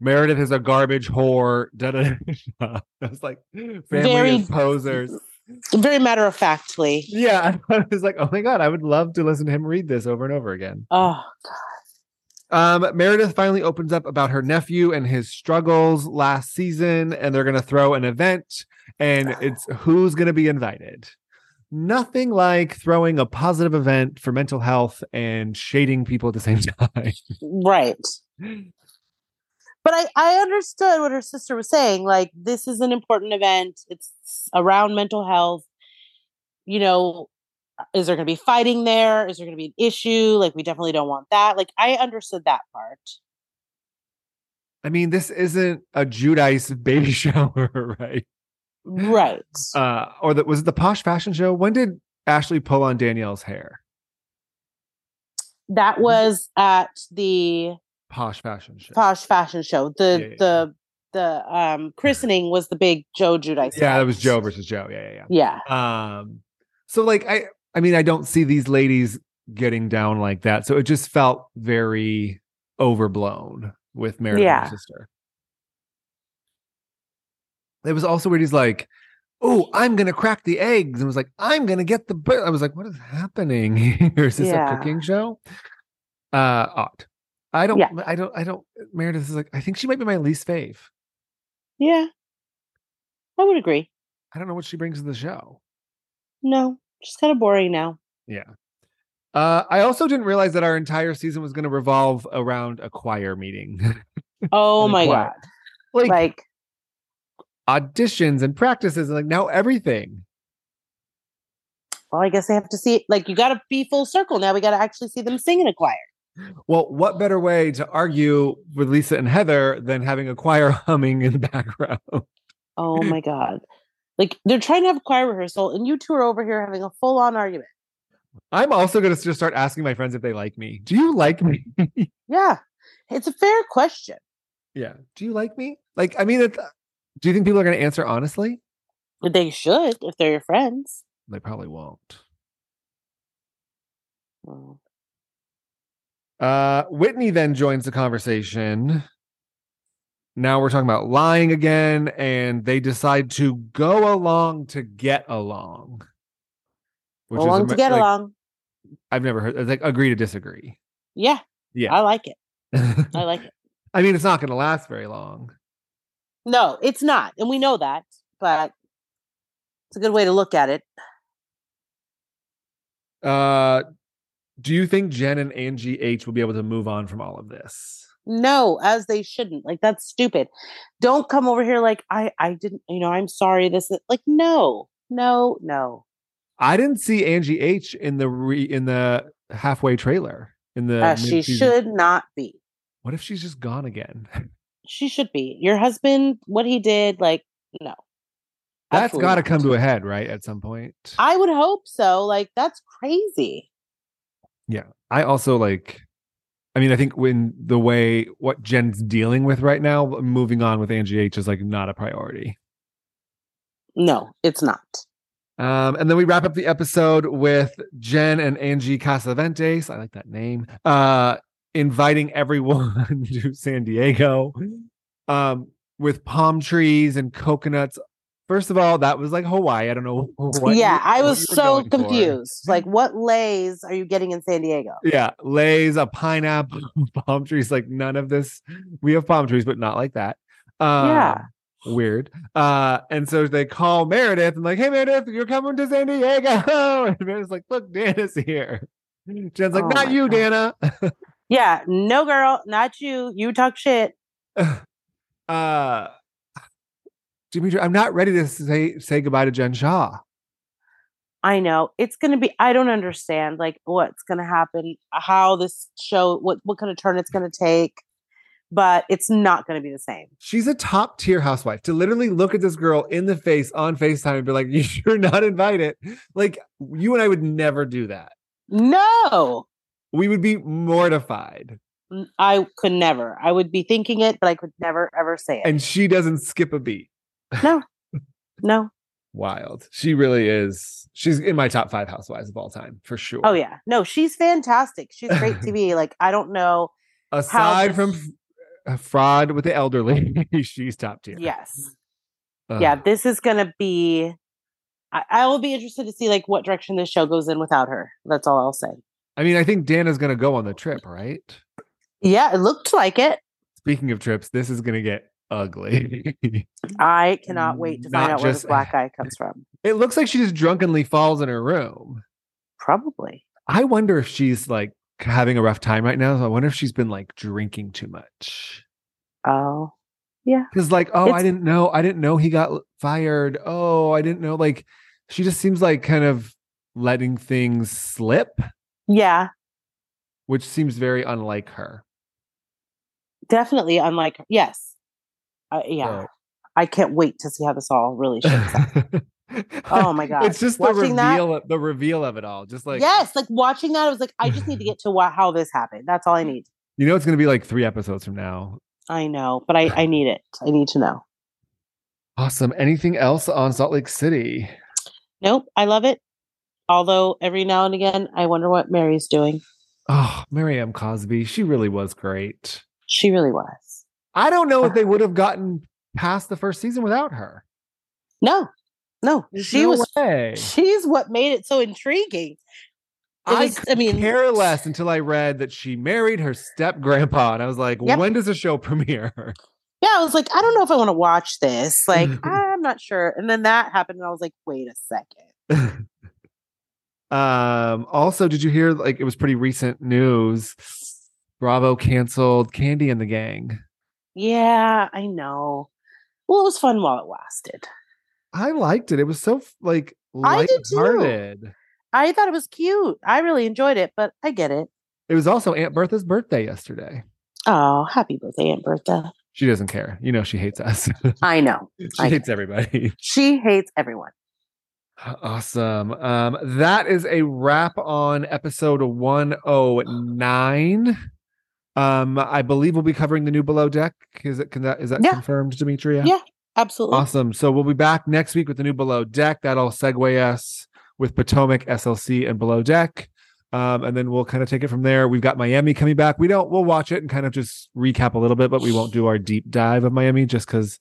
[SPEAKER 2] Meredith is a garbage whore. Da, da, da, da. (laughs) I was like, family
[SPEAKER 1] Very-
[SPEAKER 2] is posers.
[SPEAKER 1] Very matter of factly.
[SPEAKER 2] Yeah. (laughs) I was like, oh my God, I would love to listen to him read this over and over again.
[SPEAKER 1] Oh,
[SPEAKER 2] Um, Meredith finally opens up about her nephew and his struggles last season, and they're going to throw an event, and it's who's going to be invited. Nothing like throwing a positive event for mental health and shading people at the same (laughs) time.
[SPEAKER 1] right. but I, I understood what her sister was saying. Like, this is an important event. It's around mental health. You know, uh, is there going to be fighting there? Is there going to be an issue? Like, we definitely don't want that. Like, I understood that part.
[SPEAKER 2] I mean, this isn't a Judice baby (laughs) shower, right?
[SPEAKER 1] Right.
[SPEAKER 2] (gasps) Uh, or the, was it the posh fashion show? When did Ashley pull on Danielle's hair? mm-hmm.
[SPEAKER 1] that was at the
[SPEAKER 2] Posh fashion show.
[SPEAKER 1] Posh Fashion Show. The,
[SPEAKER 2] Yeah, yeah,
[SPEAKER 1] the, the um christening was the big Joe Judice.
[SPEAKER 2] yeah, that was
[SPEAKER 1] event.
[SPEAKER 2] Joe versus Joe. Yeah, yeah,
[SPEAKER 1] Yeah.
[SPEAKER 2] yeah. Um, so like I, I mean, I don't see these ladies getting down like that. So it just felt very overblown with Meredith and her
[SPEAKER 1] Yeah.
[SPEAKER 2] sister. It was also where he's like, "Oh, I'm gonna crack the eggs," and was like, "I'm gonna get the." Bir-. I was like, "What is happening here? (laughs) Is this a
[SPEAKER 1] Yeah.
[SPEAKER 2] cooking show?" Uh, odd. I don't.
[SPEAKER 1] Yeah.
[SPEAKER 2] I don't. I don't. Meredith is like. I think she might be my least fave.
[SPEAKER 1] Yeah. I would agree.
[SPEAKER 2] I don't know what she brings to the show.
[SPEAKER 1] No, just kind of boring now.
[SPEAKER 2] Uh, I also didn't realize that our entire season was going to revolve around a choir meeting, (laughs)
[SPEAKER 1] Oh
[SPEAKER 2] Like
[SPEAKER 1] my
[SPEAKER 2] what? like,
[SPEAKER 1] God. like
[SPEAKER 2] auditions and practices, and like now everything.
[SPEAKER 1] well i guess they have to see like you gotta be full circle now we gotta actually see them sing in a choir
[SPEAKER 2] Well, what better way to argue with Lisa and Heather than having a choir (laughs) humming in the background? (laughs) Mm-hmm.
[SPEAKER 1] oh my god like they're trying to have choir rehearsal and you two are over here having a full-on argument
[SPEAKER 2] I'm also going to just start asking my friends if they like me. Do you like me? (laughs)
[SPEAKER 1] yeah it's a fair question
[SPEAKER 2] yeah. Do you like me? Like, I mean, it's, uh, do you think people are going to answer honestly?
[SPEAKER 1] but they should if they're your friends Mm,
[SPEAKER 2] They probably won't.
[SPEAKER 1] Well,
[SPEAKER 2] Uh, Whitney then joins the conversation. Now we're talking about lying again, and they decide to go along to get along.
[SPEAKER 1] Go along to
[SPEAKER 2] ama-
[SPEAKER 1] get
[SPEAKER 2] like,
[SPEAKER 1] along.
[SPEAKER 2] I've never heard. It's like agree to disagree.
[SPEAKER 1] Yeah.
[SPEAKER 2] Yeah.
[SPEAKER 1] I like it. I
[SPEAKER 2] (laughs) I
[SPEAKER 1] like it.
[SPEAKER 2] mean, it's not going to last very long.
[SPEAKER 1] No, it's not. And we know that, but it's a good way to look at it.
[SPEAKER 2] Uh, do you think Jen and Angie H will be able to move on from all of this?
[SPEAKER 1] No, as they shouldn't. Like that's stupid. Don't come over here like I I didn't, you know, I'm sorry this that- like no. No, no.
[SPEAKER 2] I didn't see Angie H in the re, in the halfway trailer in the
[SPEAKER 1] Uh, she
[SPEAKER 2] mid-season.
[SPEAKER 1] should not be.
[SPEAKER 2] What if she's just gone again?
[SPEAKER 1] She should be. Your husband, what he did, like no.
[SPEAKER 2] That's
[SPEAKER 1] Absolutely
[SPEAKER 2] got to
[SPEAKER 1] not.
[SPEAKER 2] come to a head, right? At some point. I,
[SPEAKER 1] I would hope so. Like that's crazy.
[SPEAKER 2] also like. I mean, I think when the way what Jen's dealing with right now, moving on with Angie H is like not a priority.
[SPEAKER 1] No, it's not.
[SPEAKER 2] Um, and then we wrap up the episode with Jen and Angie Casaventes. I like that name. Uh, inviting everyone (laughs) to San Diego um, with palm trees and coconuts. First of all, that was like Hawaii. I don't know. (laughs) What you-
[SPEAKER 1] yeah, I
[SPEAKER 2] what
[SPEAKER 1] was
[SPEAKER 2] you were
[SPEAKER 1] so
[SPEAKER 2] going for.
[SPEAKER 1] confused. Like what lays are you getting in San Diego?
[SPEAKER 2] Yeah, lays a pineapple, (laughs) palm trees. Like none of this. We have palm trees, but not like that. Um,
[SPEAKER 1] Yeah.
[SPEAKER 2] Weird. Uh, and so they call Meredith and like, "Hey Meredith, you're coming to San Diego." (laughs) And Meredith's like, "Look, Dana's here." Jen's like,
[SPEAKER 1] Oh
[SPEAKER 2] "Not
[SPEAKER 1] my
[SPEAKER 2] you,
[SPEAKER 1] God.
[SPEAKER 2] Dana." (laughs)
[SPEAKER 1] Yeah, no girl, not you. You talk shit.
[SPEAKER 2] Uh, Dimitri, I'm not ready to say say goodbye to Jen Shaw.
[SPEAKER 1] I know. It's going to be I don't understand like what's going to happen, how this show what what kind of turn it's going to take, but it's not going to be the same.
[SPEAKER 2] She's a top tier housewife. To literally look at this girl in the face on Facetime and be like, (laughs) "You're not invited." Like you and I would never do that.
[SPEAKER 1] No.
[SPEAKER 2] we would be mortified.
[SPEAKER 1] N- I could never. I would be thinking it, but I could never ever say it.
[SPEAKER 2] And she doesn't skip a beat.
[SPEAKER 1] no.
[SPEAKER 2] Wild. She really is. She's in my top five housewives of all time for sure.
[SPEAKER 1] Oh yeah. No, she's fantastic. She's great
[SPEAKER 2] (laughs)
[SPEAKER 1] TV. Like I don't know.
[SPEAKER 2] Aside
[SPEAKER 1] this-
[SPEAKER 2] from f- uh, fraud with the elderly, (laughs) she's top tier.
[SPEAKER 1] Yes.
[SPEAKER 2] Ugh.
[SPEAKER 1] yeah this is gonna be I, I will be interested to see like what direction this show goes in without her that's all i'll say
[SPEAKER 2] I mean, I think Dana's gonna go on the trip, right?
[SPEAKER 1] yeah it looked like it
[SPEAKER 2] Speaking of trips, this is gonna get ugly. (laughs)
[SPEAKER 1] i cannot wait to find
[SPEAKER 2] Not
[SPEAKER 1] out where this
[SPEAKER 2] just-
[SPEAKER 1] black eye comes from
[SPEAKER 2] it looks like she just drunkenly falls in her room.
[SPEAKER 1] probably
[SPEAKER 2] I wonder if she's like having a rough time right now. So I wonder if she's been like drinking too much.
[SPEAKER 1] oh
[SPEAKER 2] Because like, oh, I
[SPEAKER 1] It's-
[SPEAKER 2] didn't know, I didn't know he got l- fired. Oh, I didn't know. Like, she just seems like kind of letting things slip,
[SPEAKER 1] yeah
[SPEAKER 2] which seems very unlike her.
[SPEAKER 1] definitely unlike her yes uh, yeah
[SPEAKER 2] So-
[SPEAKER 1] i can't wait to see how this all
[SPEAKER 2] (laughs)
[SPEAKER 1] really shakes out oh my god
[SPEAKER 2] It's just the
[SPEAKER 1] watching that
[SPEAKER 2] reveal, of the reveal of it all. Just like,
[SPEAKER 1] yes like watching that i was like i just
[SPEAKER 2] (laughs)
[SPEAKER 1] need to get to wha- how this happened that's all i need
[SPEAKER 2] you know, it's gonna be like three episodes from now.
[SPEAKER 1] i know but i i need it i need to know
[SPEAKER 2] Awesome. Anything else on Salt Lake City?
[SPEAKER 1] Nope, I love it. Although every now and again, I wonder what Mary's doing.
[SPEAKER 2] Oh, Miriam Cosby, she really was great.
[SPEAKER 1] She really was.
[SPEAKER 2] I don't know
[SPEAKER 1] (laughs)
[SPEAKER 2] if they would have gotten past the first season without her.
[SPEAKER 1] No, no,
[SPEAKER 2] There's
[SPEAKER 1] she
[SPEAKER 2] no
[SPEAKER 1] was.
[SPEAKER 2] way.
[SPEAKER 1] She's what made it so intriguing. It
[SPEAKER 2] I
[SPEAKER 1] was- I mean,
[SPEAKER 2] care less until I read that she married her step grandpa, and I was like,
[SPEAKER 1] Yep.
[SPEAKER 2] "When does the show (laughs) premiere?"
[SPEAKER 1] Yeah, I was like, I don't know if I want to watch this. Like, I'm not sure. And then that happened, and I was like, wait a second.
[SPEAKER 2] um, also, did you hear? Like, it was pretty recent news. Bravo canceled Candy and the Gang.
[SPEAKER 1] Yeah, I know. Well, it was fun while it lasted.
[SPEAKER 2] I liked it. It was so like
[SPEAKER 1] I did too.
[SPEAKER 2] lighthearted.
[SPEAKER 1] I thought it was cute. I really enjoyed it, but I get it.
[SPEAKER 2] It was also Aunt Bertha's birthday yesterday.
[SPEAKER 1] Oh, happy birthday, Aunt Bertha.
[SPEAKER 2] She doesn't care. You know, she hates us. (laughs)
[SPEAKER 1] I know.
[SPEAKER 2] she
[SPEAKER 1] I-
[SPEAKER 2] hates everybody.
[SPEAKER 1] She hates everyone.
[SPEAKER 2] Awesome. Um, that is a wrap on episode 109. Um, I believe we'll be covering the new below deck. Is it can that is that
[SPEAKER 1] Yeah.
[SPEAKER 2] confirmed, Demetria?
[SPEAKER 1] Yeah. Absolutely.
[SPEAKER 2] Awesome. So we'll be back next week with the new below deck. That'll segue us with Potomac, SLC, and below deck. Um, and then we'll kind of take it from there. We've got Miami coming back. We don't. We'll watch it and kind of just recap a little bit, but we won't do our deep dive of Miami just because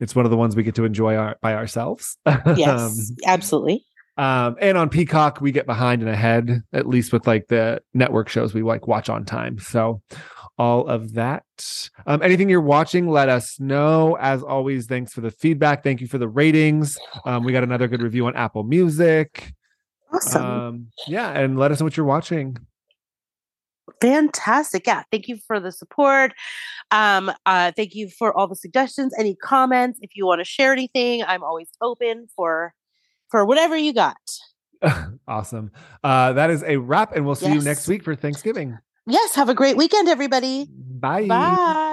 [SPEAKER 2] it's one of the ones we get to enjoy our, by ourselves.
[SPEAKER 1] Yes,
[SPEAKER 2] Um,
[SPEAKER 1] absolutely.
[SPEAKER 2] um, and on Peacock, we get behind and ahead, at least with like the network shows we like watch on time. So all of that. Um, anything you're watching, let us know. As always, thanks for the feedback. Thank you for the ratings. Um, we got another good review on Apple Music.
[SPEAKER 1] Awesome.
[SPEAKER 2] Um, yeah, and let us know what you're watching.
[SPEAKER 1] Fantastic. Yeah. Thank you for the support. Um, uh, thank you for all the suggestions, any comments. If you want to share anything, I'm always open for for whatever you got.
[SPEAKER 2] awesome. Uh, that is a wrap, and we'll see you
[SPEAKER 1] Yes.
[SPEAKER 2] next week for Thanksgiving.
[SPEAKER 1] Yes, have a great weekend, everybody. Bye.